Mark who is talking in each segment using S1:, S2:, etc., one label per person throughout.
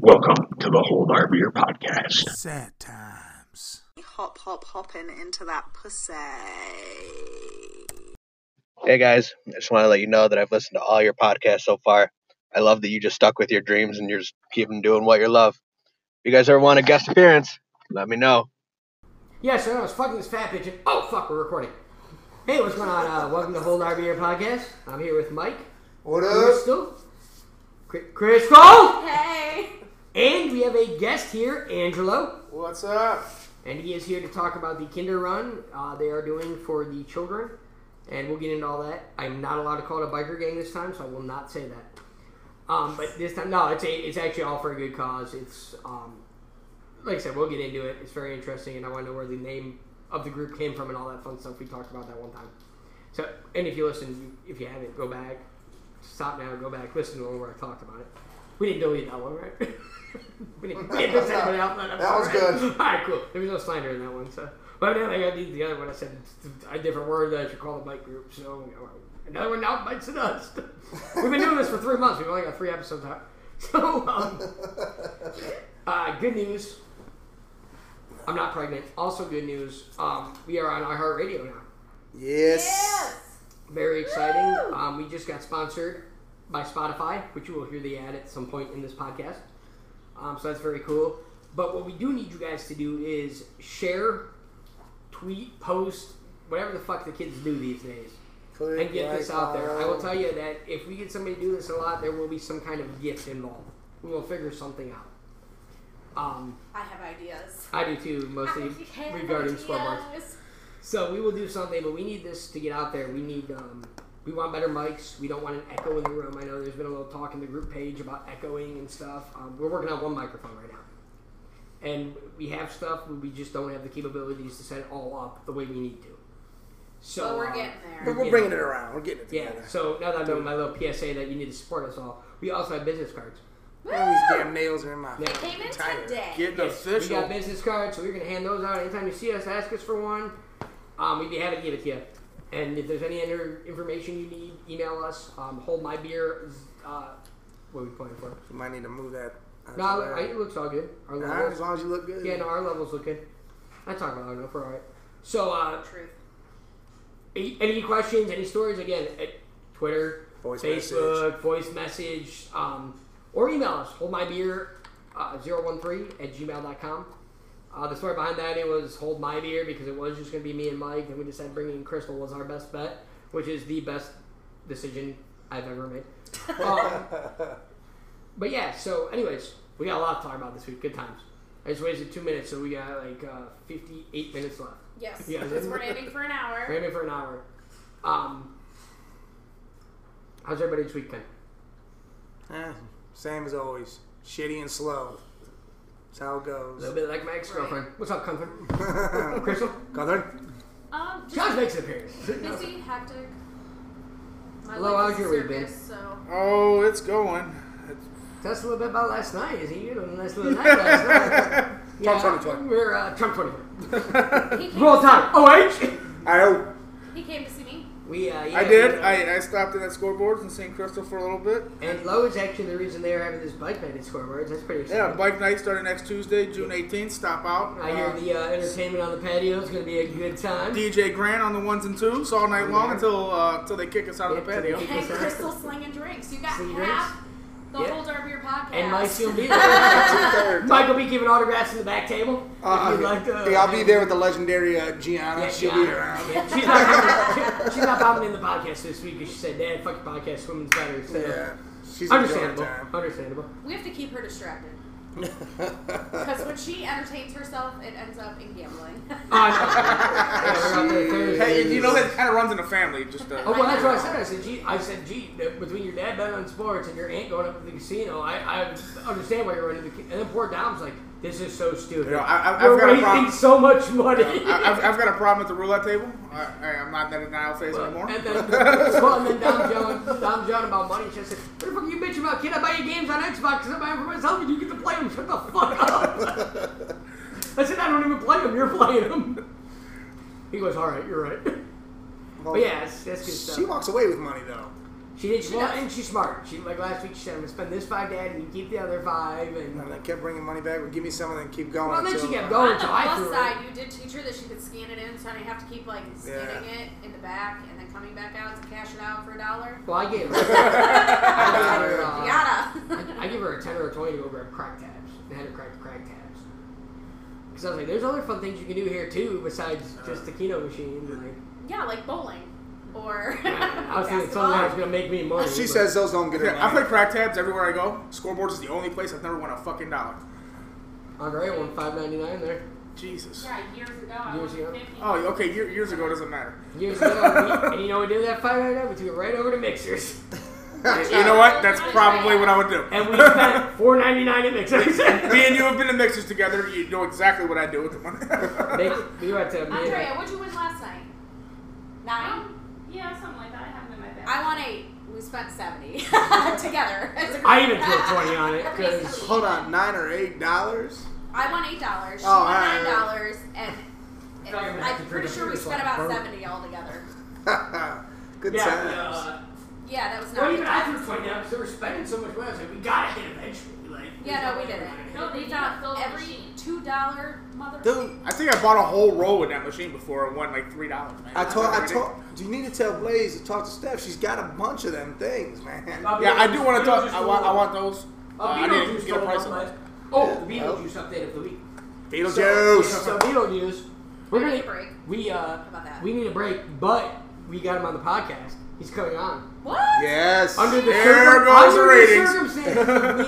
S1: Welcome to the Hold Our Beer podcast.
S2: Sad times.
S3: Hop, hop, hopping into that pussy.
S4: Hey guys, I just want to let you know that I've listened to all your podcasts so far. I love that you just stuck with your dreams and you're just keeping doing what you love. If you guys ever want a guest appearance, let me know.
S5: Yes, I know. I was fucking this fat bitch. And, oh, fuck, we're recording. Hey, what's going on? Uh, welcome to Hold Our Beer Podcast. I'm here with Mike,
S2: What
S5: Crystal, Cri- Crystal,
S3: Hey!
S5: and we have a guest here, Angelo.
S2: What's up?
S5: And he is here to talk about the Kinder Run uh, they are doing for the children. And we'll get into all that. I'm not allowed to call it a biker gang this time, so I will not say that. Um, but this time, no, it's, a, it's actually all for a good cause. It's, um, like I said, we'll get into it. It's very interesting, and I want to know where the name of the group came from and all that fun stuff we talked about that one time. So, and if you listen, if you haven't, go back, stop now, go back, listen to the one where I talked about it. We didn't delete that one, right? we didn't get this out. That,
S2: That was good.
S5: All right, cool. There was no slander in that one, so. But then I got the, the other one. I said a different word that I should call the bike group. So you know, another one now bites the dust. We've been doing this for three months. We've only got three episodes out. So, um, uh, good news. I'm not pregnant. Also, good news. Um, we are on iHeartRadio now.
S2: Yes.
S5: Very exciting. Um, we just got sponsored by Spotify, which you will hear the ad at some point in this podcast. Um, so that's very cool. But what we do need you guys to do is share, tweet, post, whatever the fuck the kids do these days,
S2: Click
S5: and get this
S2: like
S5: out there. I will
S2: all.
S5: tell you that if we get somebody to do this a lot, there will be some kind of gift involved. We will figure something out. Um,
S6: I have ideas.
S5: I do too, mostly regarding score marks. So we will do something, but we need this to get out there. We need um, we want better mics. We don't want an echo in the room. I know there's been a little talk in the group page about echoing and stuff. Um, we're working on one microphone right now, and we have stuff. but We just don't have the capabilities to set it all up the way we need to. So
S6: But
S5: uh,
S6: we're getting there.
S2: But we're
S5: Yeah.
S2: bringing it around. We're getting it
S5: Yeah.
S2: together.
S5: So now that I'm doing my little PSA that you need to support us all, we also have business cards.
S2: All these damn nails are in my
S5: Yeah.
S6: Came in
S2: tire.
S6: today.
S2: Getting
S5: Yes, we
S2: official.
S5: got business cards, so we're gonna hand those out anytime you see us. Ask us for one. Um, we'd be happy to give it to you. And if there's any other information you need, email us. Um, hold my beer. Uh, what are we playing for?
S2: You might need to move that. out
S5: No,
S2: your way.
S5: it looks all good. Our
S2: Nah, as
S5: levels,
S2: long as you look good.
S5: yeah, no, our levels look good. I talk about it enough. We're all right. So, uh,
S6: Truth.
S5: any, any questions, any stories? Again, at Twitter,
S2: Voice
S5: Facebook, voice message, um, or email us. Hold my beer uh, 013 at gmail.com. Uh, the story behind that it was hold my beer because it was just going to be me and Mike, and we decided bringing in Crystal was our best bet, which is the best decision I've ever made. Um, but yeah, so anyways, we got a lot to talk about this week. Good times. I just wasted two minutes, so we got like uh, 58 minutes left.
S6: Yes.
S5: Yeah.
S6: Because we're aiming for an hour.
S5: Maybe for an hour. Um, how's everybody's week been?
S2: Eh, same as always. Shitty and slow. That's how it
S5: A little
S2: goes.
S5: bit like my ex-girlfriend. What's up, Gunther? Crystal?
S2: Southern?
S6: Um, just
S5: Josh makes an appearance.
S6: busy, hectic. My
S5: Hello,
S6: life is a
S5: how's your week
S6: circus, So
S7: Oh, it's going.
S5: Tell us a little bit about last night. Is he you had a nice little night last night? Yeah,
S2: Trump 24.
S5: We're uh, Trump 24.
S6: he came,
S5: Roll
S6: to
S5: time. OH!
S7: I hope.
S6: See, he came to see me.
S5: We, uh, yeah,
S7: I did.
S5: we, uh,
S7: I, I stopped in at scoreboards in St. Crystal for a little bit.
S5: and Lowe is actually the reason they are having this bike night at Scoreboards. That's pretty exciting.
S7: Yeah, bike night starting next Tuesday, June 18th. Stop out.
S5: I hear the uh, entertainment on the patio is going to be a good time.
S7: DJ Grant on the ones and twos all night long until uh, until they kick us out of the
S5: Yeah, till
S7: patio.
S5: they kick-
S6: And Crystal slinging drinks. You got
S5: Slinging
S6: half the
S5: Yeah.
S6: whole Derby Beer podcast.
S5: And Mike's going to be there. Mike will be giving autographs in the back table.
S2: Uh,
S5: if you'd like to,
S2: yeah, I'll be there with the legendary uh, Gianna.
S5: Yeah,
S2: She'll
S5: yeah.
S2: be around.
S5: Yeah, She's not, she's not popping in the podcast this week because she said, Dad, fuck your podcast, swimming's better. So.
S2: Yeah. She's enjoying
S5: Understandable.
S2: time.
S5: Understandable.
S6: We have to keep her distracted. Because when she entertains herself, it ends up in gambling.
S5: Oh, I know. Yeah, we're out there Thursday.
S7: Hey, and you know that kind of runs in the family. Just uh,
S5: Oh, well, that's what I said. I said, gee, I said, gee, that between your dad betting on sports and your aunt going up to the casino, I, I understand why you're running the casino. And then poor Dom's like, this is so stupid.
S7: You know, I- I-
S5: We're
S7: I've got a
S5: wasting
S7: problem.
S5: so much money.
S7: I, I've, I've got a problem at the roulette table. I, I, I'm not in that denial phase anymore.
S5: and then, well, and then Dom John, Dom John about money. She said, "What the fuck are you bitching about? Kid, I buy you games on Xbox because I buy them for myself, and you get to play them. Shut the fuck up." I said, "I don't even play them. You're playing them." He goes, "All right, you're right."
S2: Well,
S5: But yeah, uh, that's, that's good
S2: She
S5: stuff.
S2: walks away with money, though.
S5: She, She did. She
S6: She
S5: well,
S6: does.
S5: and she's smart. She like last week. She said, "I'm gonna spend this five, Dad, and you keep the other five. And
S2: And I kept bringing money back. Well, give me some and then keep going.
S5: Well, then she
S2: until-
S5: kept
S6: On
S5: going.
S6: the
S5: So I
S6: plus
S5: threw
S6: side,
S5: her.
S6: you did teach her that she could scan it in, so I didn't have to keep like scanning
S2: Yeah.
S6: it in the back and then coming back out to cash it out for a dollar.
S5: Well, I gave her. I gave her, uh,
S6: Yada.
S5: I give her a ten or a twenty to go grab crack tabs and had her crack the crack tabs. Because I was like, "There's other fun things you can do here too besides just the Keno machine." Like,
S6: yeah, like bowling or
S5: I was thinking
S6: basketball.
S5: something that was gonna make me money.
S2: She
S5: but-
S2: says those don't get her.
S7: Yeah, I play
S2: money.
S7: crack tabs everywhere I go. Scoreboards is the only place I've never won a fucking dollar.
S5: Andre I won five ninety nine there.
S7: Jesus.
S8: Yeah, years ago. I
S5: Years
S8: was
S5: ago?
S8: 50.
S7: Oh, okay. Year, years ago doesn't matter.
S5: Years ago, we- and you know what we did with that five ninety nine? We took it right over to Mixers,
S7: you know what? That's probably what I would do.
S5: and we spent four ninety nine at Mixers.
S7: Me and you have been in mixers together. You know exactly what I do with the money.
S5: Make- we went to me
S6: Andrea,
S5: and,
S6: what'd you win last night? Nine.
S8: Um, yeah, something like that. I have it in my bag.
S6: I won eight. We spent seventy together. as a group.
S5: I even threw a twenty on it because
S6: Basically.
S2: Hold on, nine or eight dollars?
S6: I won eight dollars. She
S2: Oh,
S6: won
S2: alright,
S6: nine dollars, and, and
S5: Talking about
S6: I'm
S5: the
S6: pretty sure we
S5: previous
S6: spent
S5: one.
S6: about seventy altogether.
S2: Good
S5: yeah.
S2: times.
S5: Uh,
S6: Yeah, that was not.
S5: well, even
S6: good.
S5: I threw twenty down because they were spending so much money. I was like, we gotta hit eventually. Like,
S6: Yeah, no, we
S8: No,
S6: didn't.
S8: they
S6: We
S8: need to fill
S6: found
S8: the
S6: every
S8: machine.
S6: two dollar mother.
S2: Dude,
S7: I think I bought a whole roll in that machine before and won like three dollars. man.
S2: I told, I
S7: That's
S2: told. Do you need to tell Blaze to talk to Steph? She's got a bunch of them things, man.
S5: Uh,
S7: Yeah, I do want to talk.
S5: Beetlejuice
S7: I want. I
S5: roll.
S7: want those. Uh,
S5: Uh,
S7: I need
S5: Beetlejuice
S7: to get a
S5: sold
S7: price
S5: up
S7: on
S5: last-
S7: those.
S5: Oh, the Beetlejuice update of the week.
S2: Beetlejuice.
S5: So, so Beetlejuice. We're
S6: We
S5: gonna
S6: need a break.
S5: We uh,
S6: about that?
S5: we need a break, but we got him on the podcast. He's coming on.
S6: What?
S2: Yes.
S5: Under the,
S7: There
S5: circum-
S7: goes the
S5: under
S7: ratings.
S5: circumstances,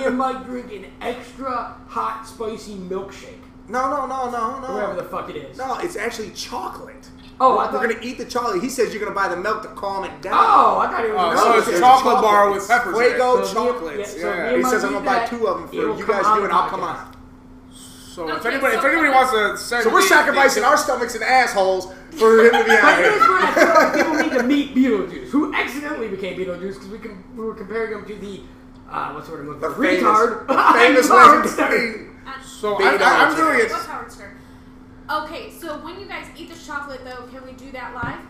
S5: me and Mike drink an extra hot spicy milkshake,
S2: no, no, no, no,
S5: or whatever the
S2: no.
S5: fuck it is.
S2: No, it's actually chocolate.
S5: Oh, I
S2: we're,
S5: thought.
S2: we're gonna eat the chocolate. He says you're gonna buy the milk to calm it down.
S5: oh, I thought it was.
S7: Oh,
S5: milk.
S7: so it's a
S2: there's
S7: chocolate bar
S2: chocolate.
S7: with peppers. in it.
S2: Fuego.
S5: me-
S2: chocolates.
S5: so
S7: Yeah.
S5: me and
S7: He
S5: Mike
S2: says I'm
S5: do
S2: gonna buy
S5: that,
S2: two of 'em for
S5: it will
S2: you
S5: come
S2: guys
S5: on
S2: do it,
S5: the
S2: I'll come
S5: podcast.
S7: So if
S8: Okay,
S7: anybody, if
S8: so-
S7: anybody wants to,
S2: So we're sacrificing our stomachs and assholes for him to be
S5: But
S2: out
S5: this
S2: here.
S5: is where I feel like people need to meet Beetlejuice, who accidentally became Beetlejuice because we, com- we were comparing him to the uh, what's the word I'm looking
S2: The
S5: for?
S2: famous-
S5: retard,
S2: the famous
S5: Howard
S2: Western
S5: Stern.
S2: King.
S7: So
S2: Big
S7: I, I, I'm
S2: dollars.
S7: doing it.
S6: What's Howard Stern? Okay, so when you guys eat this chocolate, though, can we do that live?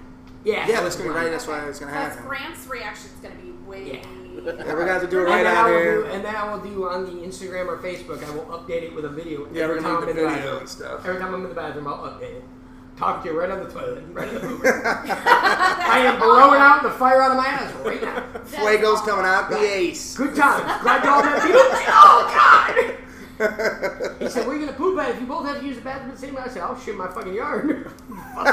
S5: Yeah,
S2: Yeah, that's gonna be
S5: fine.
S2: right. That's why it's gonna
S6: Because
S2: happen.
S6: Grant's reaction's gonna be way.
S2: Yeah, we're gonna have to do it
S5: And
S2: right
S5: then,
S2: out
S5: I will do,
S2: here.
S5: and then I will do on the Instagram or Facebook. I will update it with a video.
S2: Yeah, we're
S5: every
S2: gonna do
S5: time
S2: the
S5: I'm in the
S2: video
S5: bathroom.
S2: and stuff.
S5: Every time I'm in the bathroom, I'll update it. Talk to you right on the toilet, right in the pooper. I am blowing out the fire out of my ass right now.
S2: Fuego's coming out the ace.
S5: Good times. Glad y'all have people. Oh God! He said, "We're gonna poop at it if you both have to use the bathroom at the same." time." I said, "I'll shit in my fucking yard."
S6: Two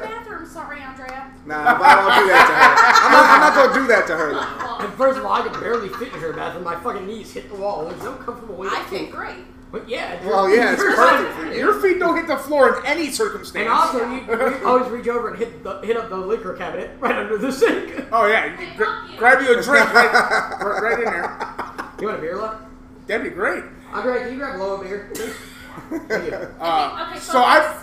S6: bathrooms, sorry, Andrea.
S2: Nah, but I won't do that to her. I'm not, I'm not gonna do that to her. though.
S5: and first of all, I could barely fit in her bathroom. My fucking knees hit the wall. There's no comfortable way. to
S6: I fit
S5: poop.
S6: great.
S5: But yeah.
S2: Well, yeah, it's perfect for you.
S7: Your feet don't hit the floor in any circumstance.
S5: And also, you, you always reach over and hit the, hit up the liquor cabinet right under the sink.
S7: oh yeah, you
S8: Hey,
S7: gra-
S8: fuck you.
S7: grab you a drink right, right- right in there.
S5: You want a beer, love?
S7: That'd be great.
S5: Andre, can you grab low beer? please? Thank you.
S7: Uh,
S8: Okay, so
S7: so
S8: let's-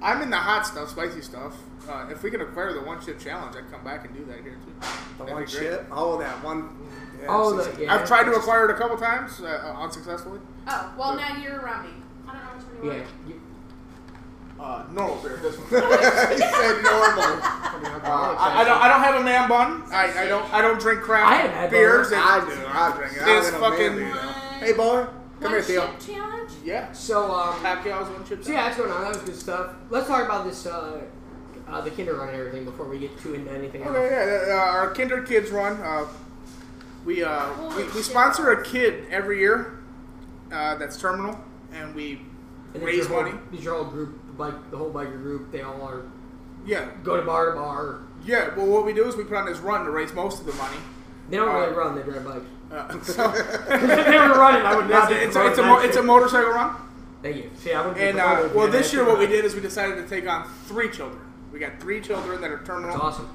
S7: I, I'm in the hot stuff, spicy stuff. Uh, if we can acquire the one chip challenge, I'd come back and do that here too.
S2: The
S7: That'd be
S2: one
S7: great.
S2: chip. Oh, that one. Yeah,
S5: Oh,
S2: six-
S5: the, yeah.
S7: I've tried to acquire it a couple times, uh, unsuccessfully.
S6: Oh, well, now you're around me.
S8: I don't know which one you
S5: Yeah.
S8: want.
S5: You,
S7: Uh, normal beer. This one.
S2: he said normal.
S5: fucking
S7: Uh,
S5: alcoholic.
S7: I, I don't. I don't have a man bun. I, I don't. I don't drink
S5: I had a
S7: craft
S5: man bun.
S7: beers. and-
S2: I do. I drink it. I
S7: It's
S2: ain't no
S7: fucking-
S2: man, dude. Hey, boy. Come
S6: One
S2: here, Theo.
S6: chip challenge?
S7: yeah.
S5: so, um,
S7: Pacquiao's one chip.
S5: so yeah, that's going on. That was good stuff. Let's talk about this, uh, uh, the Kinder Run and everything before we get too into anything
S7: Okay,
S5: else.
S7: yeah, uh, our Kinder Kids run. Uh, we, uh, we we sponsor a kid every year uh, that's terminal, and we
S5: And
S7: raise
S5: your
S7: money.
S5: Whole, these are all group, the bike, the whole biker group. They all are
S7: Yeah,
S5: go to bar to bar.
S7: yeah. Well, what we do is we put on this run to raise most of the money.
S5: They don't really
S7: Uh,
S5: run. They drive bikes.
S7: Uh, so
S5: if they were running, I would not. be
S7: it's, a, it's, a,
S5: promoting
S7: mo-
S5: that
S7: it's a
S5: shit.
S7: motorcycle run.
S5: Thank you. See, I would
S7: And uh, well, this year what we did is we decided to take on three children. We got three children that are terminal.
S5: It's awesome.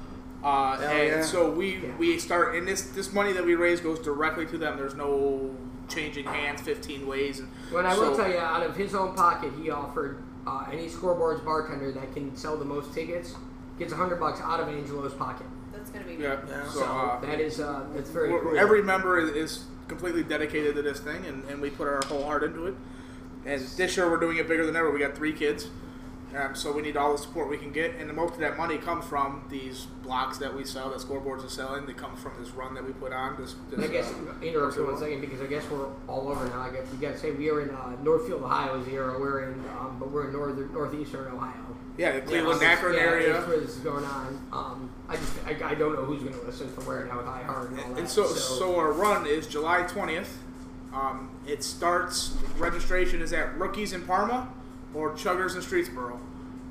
S7: Uh,
S2: Hell
S7: and
S2: yeah.
S7: so we
S5: Yeah.
S7: we start, and this this money that we raise goes directly to them. There's no changing hands 15 ways. And
S5: Well, and I
S7: so,
S5: will tell you, out of his own pocket, he offered uh, any scoreboards bartender that can sell the most tickets gets a hundred bucks out of Angelo's pocket.
S6: That's gonna be.
S7: Yeah.
S2: Yeah.
S7: So,
S5: So
S7: uh,
S5: that is uh, that's very
S7: we're-
S5: cool.
S7: every member is, is completely dedicated to this thing, and, and we put our whole heart into it. And this year we're doing it bigger than ever. We got three kids. Um, so we need all the support we can get, and the most of that money comes from these blocks that we sell, that scoreboards are selling. They come from this run that we put on. This, this
S5: I guess
S7: uh,
S5: interrupt you one second because I guess we're all over now. I guess you gotta say we are in uh, Northfield, Ohio is the area we're in, um, but we're in northern northeastern Ohio.
S7: yeah, the Cleveland,
S5: yeah,
S7: Akron
S5: yeah, That's
S7: area.
S5: where this is going on. Um, I just I, I don't know who's going to listen from where now with iHeart and all that.
S7: And so, so our run is July 20th. Um, it starts. Registration is at Rookies in Parma or Chuggers in Streetsboro,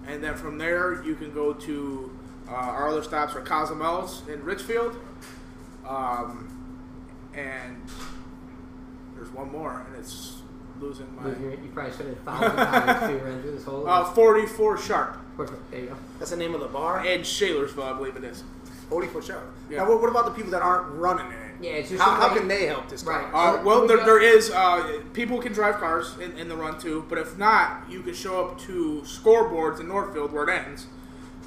S7: and then from there you can go to uh, our other stops are Cozumel's in Richfield, um, and there's one more, and it's losing my.
S5: you, you probably said it a thousand times to run through this whole.
S7: Uh, 44 sharp.
S5: Perfect. There you go.
S2: That's the name of the bar.
S7: Ed Shalersville, I believe it is.
S2: 44 show.
S7: Yeah.
S2: Now, what, what about the people that aren't running in it?
S5: Yeah, it's just
S2: How, how
S5: somebody-
S2: can they help this guy? Oh,
S5: Right.
S7: Uh,
S5: So
S7: well,
S5: we
S7: there,
S5: got-
S7: there is. Uh, people can drive cars in, in the run too, but if not, you can show up to scoreboards in Northfield where it ends,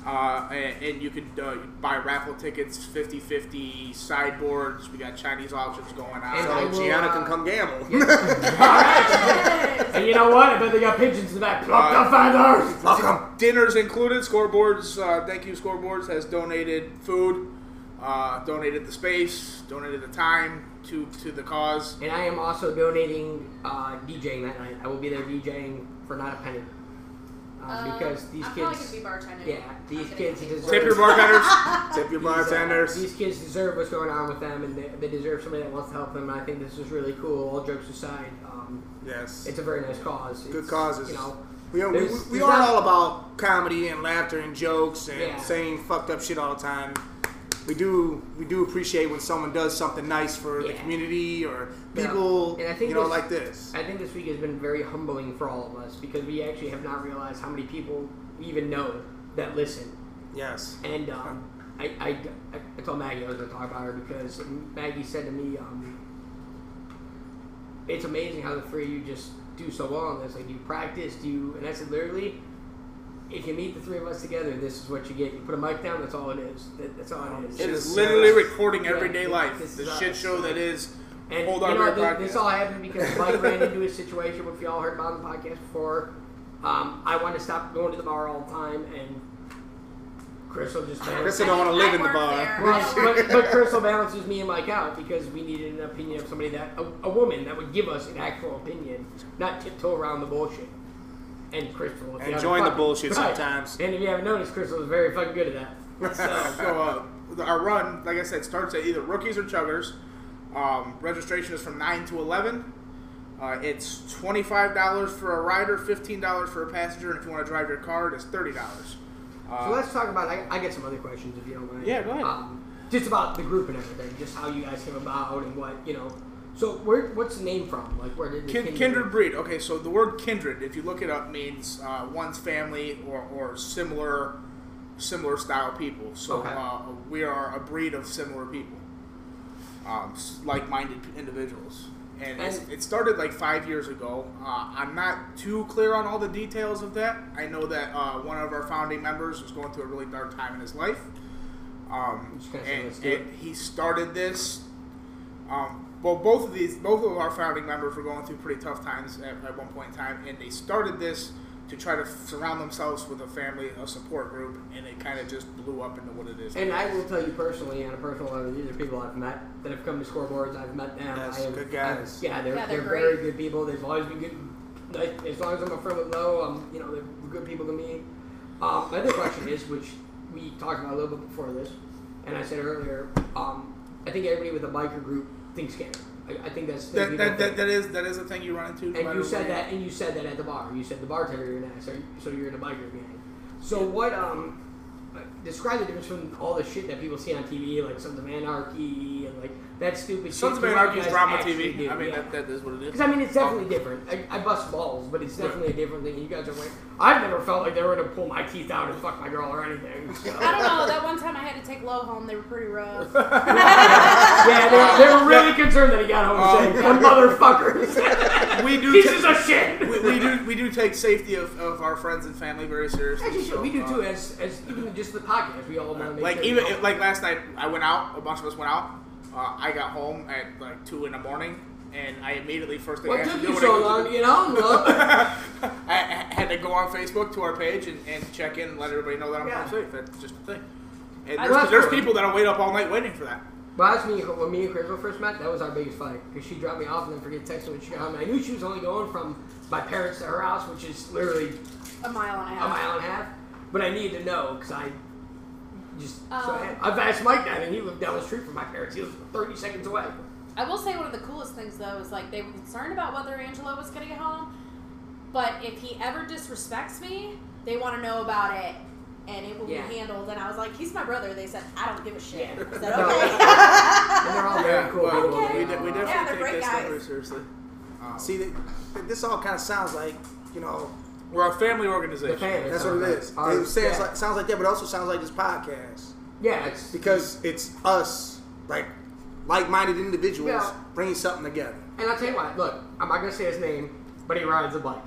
S7: uh, and, and you can uh, buy raffle tickets, 50-50 sideboards. We got Chinese auctions going on.
S5: And
S2: So
S5: I will,
S2: Gianna
S5: uh,
S2: can come gamble.
S5: And you know what? I bet they got pigeons in the back. Pluck
S7: Uh,
S5: the feathers.
S2: Welcome.
S7: Dinners included. Scoreboards. Uh, thank you, Scoreboards has donated food, uh, donated the space, donated the time to to the cause.
S5: And I am also donating uh, DJing that night. I will be there DJing for not a penny. Um, because these
S6: I'm probably
S5: kids,
S6: gonna be bartending.
S5: yeah,
S6: I'm
S5: these
S6: gonna
S5: kids
S6: get paid.
S5: deserve
S7: Tip your bartenders.
S2: Tip your
S5: These, uh,
S2: bartenders.
S5: These kids deserve what's going on with them, and they, they deserve somebody that wants to help them. And I think this is really cool. All jokes aside, um,
S2: Yes.
S5: it's a very nice cause.
S2: Good
S5: It's,
S2: causes.
S5: you know.
S2: We, are, we,
S5: There's-
S2: we
S5: there's
S2: are
S5: not-
S2: all about comedy and laughter and jokes and
S5: Yeah.
S2: saying fucked up shit all the time. We do we do appreciate when someone does something nice for the
S5: Yeah.
S2: community or
S5: Yeah.
S2: people
S5: And I think
S2: you know
S5: this-
S2: like this.
S5: I think this week has been very humbling for all of us because we actually have not realized how many people we even know that listen.
S2: Yes.
S5: And um, I, I, I told Maggie I was going to talk about her because Maggie said to me, um, "It's amazing how the three of you just do so well on this. Like you practiced, you." And I said, "Literally, if you meet the three of us together, this is what you get. You put a mic down. That's all it is. That, that's all it is."
S7: It is
S2: Just- uh,
S7: literally recording
S5: Yeah,
S7: everyday
S5: this-
S7: life.
S5: this
S7: the
S5: is
S7: shit
S5: us.
S7: show that is
S5: And
S7: Hold
S5: you
S7: on
S5: know,
S7: to your
S5: th- this
S7: podcast.
S5: all happened because Mike ran into a situation which we all heard about on the podcast before. Um, I want to stop going to the bar all the time, and Chris will just balance.
S2: Chris don't want to
S6: I
S2: live in the
S6: work
S2: bar.
S6: there.
S5: Well, but, but Chris will balances me and Mike out because we needed an opinion of somebody that a, a woman that would give us an actual opinion, not tiptoe around the bullshit. And Crystal, if you
S2: And
S5: haven't
S2: join the
S5: fucking-
S2: bullshit
S5: right.
S2: sometimes.
S5: And if you haven't noticed, Crystal is very fucking good at that. So,
S7: so uh, our run. Like I said, starts at either rookies or chuggers. Um, registration is from nine to eleven. Uh, it's twenty five dollars for a rider, fifteen dollars for a passenger, and if you want to drive your car, it's thirty dollars.
S5: So let's talk about. I, I get some other questions if you don't mind.
S7: Uh, Yeah, go ahead.
S5: Um, just about the group and everything, just how you guys came about and what you know. So where what's the name from? Like where did the
S7: Kin- kindred breed. Okay, so the word kindred, if you look it up, means uh, one's family or, or similar, similar style people. So
S5: Okay.
S7: uh, we are a breed of similar people, um, s- like-minded p- individuals. And, it's,
S5: And-
S7: it started like five years ago. Uh, I'm not too clear on all the details of that. I know that uh, one of our founding members was going through a really dark time in his life. Um,
S5: Just kinda say, "Let's
S7: and,
S5: do it."
S7: and he started this um, well, both of these, both of our founding members were going through pretty tough times at, at one point in time, and they started this to try to surround themselves with a family, a support group, and it kind of just blew up into what it is.
S5: And I will tell you personally, on a personal level, these are people I've met that have come to scoreboards. I've met them.
S2: Yes,
S5: I have,
S2: good guys.
S5: I've- yeah, they're,
S6: Yeah,
S5: they're,
S6: they're
S5: very
S6: great.
S5: good people. They've always been good. Like, as long as I'm a friend with Lo, um, you know, they're good people to me. Um, my other question is, which we talked about a little bit before this, and I said earlier, um, I think everybody with a biker group thinks gay. I, I think that's the
S7: that,
S5: thing
S7: that,
S5: people
S7: that,
S5: think.
S7: that is that is a thing you run into. no
S5: And
S7: matter
S5: you said
S7: where
S5: that, and you said that at the bar. You said the bartender you're an ass, so- so you're in a biker gang. So what? Um, describe the difference from all the shit that people see on TV, like Sons of Anarchy and like that stupid.
S7: Sons
S5: shit
S7: of
S5: to what
S7: Anarchy
S5: you
S7: is
S5: guys
S7: drama
S5: actually
S7: TV.
S5: do,
S7: I mean,
S5: yeah.
S7: that, Oh. that is what it is.
S5: Because I mean, it's definitely different. I, I bust balls, but it's definitely a different thing. You guys are wearing. I've never felt like they were gonna pull my teeth out and fuck my girl or anything. So.
S6: I don't know. That one time I had to take Lo home. They were pretty rough.
S5: yeah, they, they were really concerned that he got
S7: Oh,
S5: home and said, "Them motherfuckers,
S7: we do.
S5: pieces
S7: ta-
S5: of shit."
S7: we, we do we do take safety of, of our friends and family very seriously.
S5: Actually,
S7: so,
S5: we do
S7: uh,
S5: too. As, as even just the podcast, we all want to make
S7: like
S5: sure
S7: even
S5: we all-
S7: like last night i went out a bunch of us went out uh, i got home at like two in the morning and i immediately first thing
S5: What
S7: i had
S5: took
S7: to do
S5: you
S7: when I
S5: so
S7: go to
S5: long?
S7: the-
S5: You know, look.
S7: I, I had and then go on Facebook to our page and, and check in and let everybody know that I'm
S5: Yeah.
S7: home safe. That's just the thing. And
S5: I
S7: there's,
S5: love
S7: there's
S5: her.
S7: people that'll wait up all night waiting for that.
S5: Well, that's me. When me and Crystal first met, that was our biggest fight because she dropped me off and then forget to text me when she got home. And I knew she was only going from my parents to her house, which is literally
S6: A mile and a half.
S5: a mile and a half. But I needed to know because I just so I,
S6: Um,
S5: I've asked Mike that, and he lived down the street from my parents. He lived 30 seconds away.
S6: I will say one of the coolest things though is like they were concerned about whether Angelo was gonna get home, but if he ever disrespects me, they want to know about it, and it will
S5: Yeah.
S6: be handled. And I was like, he's my brother. They said I don't give a shit.
S5: Yeah.
S6: I said,
S5: No. And they're
S6: okay.
S5: all very cool.
S7: but
S5: people.
S6: Okay.
S7: we, de- we
S5: Uh,
S7: definitely
S6: Yeah, they're
S7: take
S6: great
S7: this
S6: guys.
S7: very seriously. Um,
S2: See, th- th- this all kind of sounds like, you know,
S7: we're a family
S5: uh, the
S7: organization.
S5: fan.
S2: that's what it is. It
S5: Our-
S2: sounds,
S5: yeah.
S2: like, sounds like that, but it also sounds like this podcast
S5: yeah, it's
S2: because it's us, like like-minded individuals,
S5: Yeah.
S2: bringing something together.
S5: And I'll tell you what, look, I'm not going to say his name, but he rides a bike.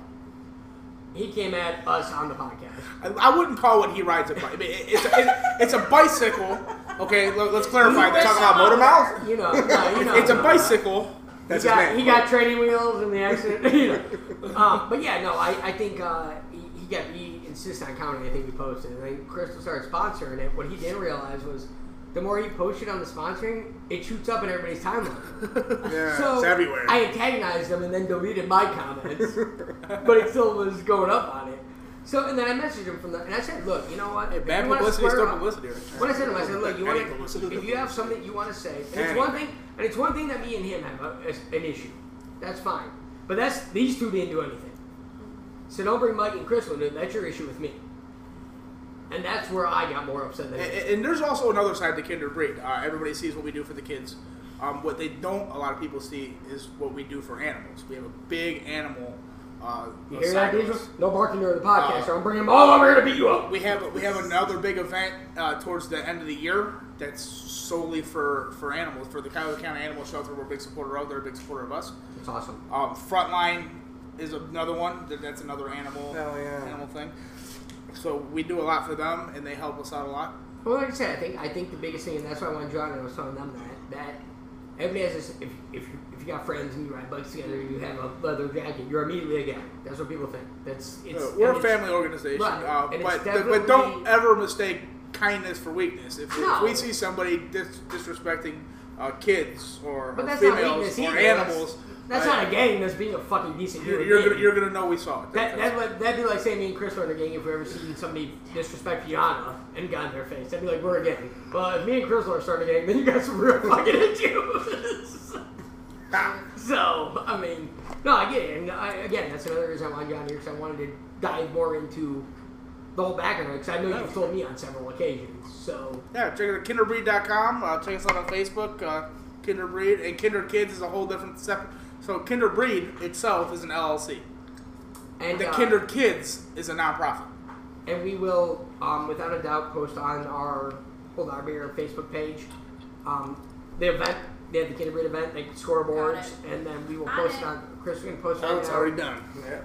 S5: He came at us on the podcast.
S7: I, I wouldn't call what he rides a bike. I mean, it- it's, a, it- it's a bicycle. Okay, let, us clarify.
S2: We're
S7: this.
S2: talking about motor mouth.
S5: You know, no, you know.
S7: It's a bicycle.
S2: That's
S5: he
S2: his
S5: got,
S2: name.
S5: he got training wheels in the accident. you know. um, but yeah, no, I, I think uh, he, he got he insisted on counting. I think we posted, and then Crystal started sponsoring it. What he didn't realize was the more he posted on the sponsoring, it shoots up in everybody's timeline.
S2: Yeah,
S5: so
S2: it's everywhere.
S5: I antagonized him and then deleted my comments, but it still was going up on it. So and then I messaged him from the and I said, look, you know what?
S7: Hey,
S5: If
S7: bad
S5: you wanna
S7: publicity is
S5: square
S7: still
S5: up-
S7: publicity. Right?
S5: when I said to him, I said, look, you want
S2: Any
S5: to,
S2: publicity.
S5: if you have something you want to say, and it's
S2: Any.
S5: one thing, and it's one thing that me and him have a, is an issue. That's fine. But that's these two didn't do anything. So don't bring Mike and Chris into it. That's your issue with me. And that's where I got more upset than
S7: And,
S5: him.
S7: and there's also another side to Kinder Breed. Uh, everybody sees what we do for the kids. Um, what they don't, a lot of people see, is what we do for animals. We have a big animal. Uh,
S5: You hear
S7: side
S5: that,
S7: to
S5: Diesel?
S7: us.
S5: No barking during the podcast,
S7: Uh,
S5: or I'm bringing them all over here to beat you up.
S7: We have we have another big event uh, towards the end of the year that's solely for, for animals for the Cuyahoga County Animal Shelter. We're a big supporter of. They're a big supporter of us.
S5: It's awesome.
S7: Um, Frontline is another one. Th- That's another animal
S2: Hell yeah.
S7: animal thing. So we do a lot for them, and they help us out a lot.
S5: Well, like I said, I think I think the biggest thing, and that's why I wanted John and I was telling them that that everybody has this. If if you, if you got friends and you ride bikes together, you have a leather jacket. You're immediately a guy. That's what people think. That's it's
S7: Uh, we're
S5: and
S7: a
S5: it's-
S7: family organization,
S5: Right,
S7: uh,
S5: and it's
S7: but but
S5: definitely-
S7: don't ever mistake kindness for weakness. If, if
S5: No.
S7: we see somebody dis- disrespecting uh, kids or,
S5: But
S7: or
S5: that's not
S7: females
S5: weakness either.
S7: or animals,
S5: That's, that's
S7: uh,
S5: not a gang. That's being a fucking decent
S7: You're,
S5: human
S7: you're,
S5: being.
S7: gonna, you're gonna know we saw it.
S5: that, that, would- that'd be like saying me and Chris were in a gang if we ever seen somebody disrespect Yana and got in their face. That'd be like, we're a gang. Well, if me and Chris are starting a gang, then you got some real fucking issues.
S7: Ah.
S5: so, I mean, no, I get it. And I, again, that's another reason I wanted you on here because I wanted to dive more into the whole background because I know you've told me on several occasions. So,
S7: yeah, check out kinderbreed.com. Uh, check us out on Facebook, uh, Kinderbreed, and Kinder Kids is a whole different step. So Kinderbreed itself is an LLC.
S5: and
S7: The
S5: uh,
S7: Kinder Kids is a nonprofit.
S5: and we will, um, without a doubt, post on our Hold Our Beer Facebook page um, the event. They have the Kinderman event, like scoreboards,
S6: Got
S5: and then we will
S6: Got
S5: post
S6: it.
S5: it on. Chris, we can post it
S2: Oh,
S5: on
S2: it's
S5: our-
S2: already done.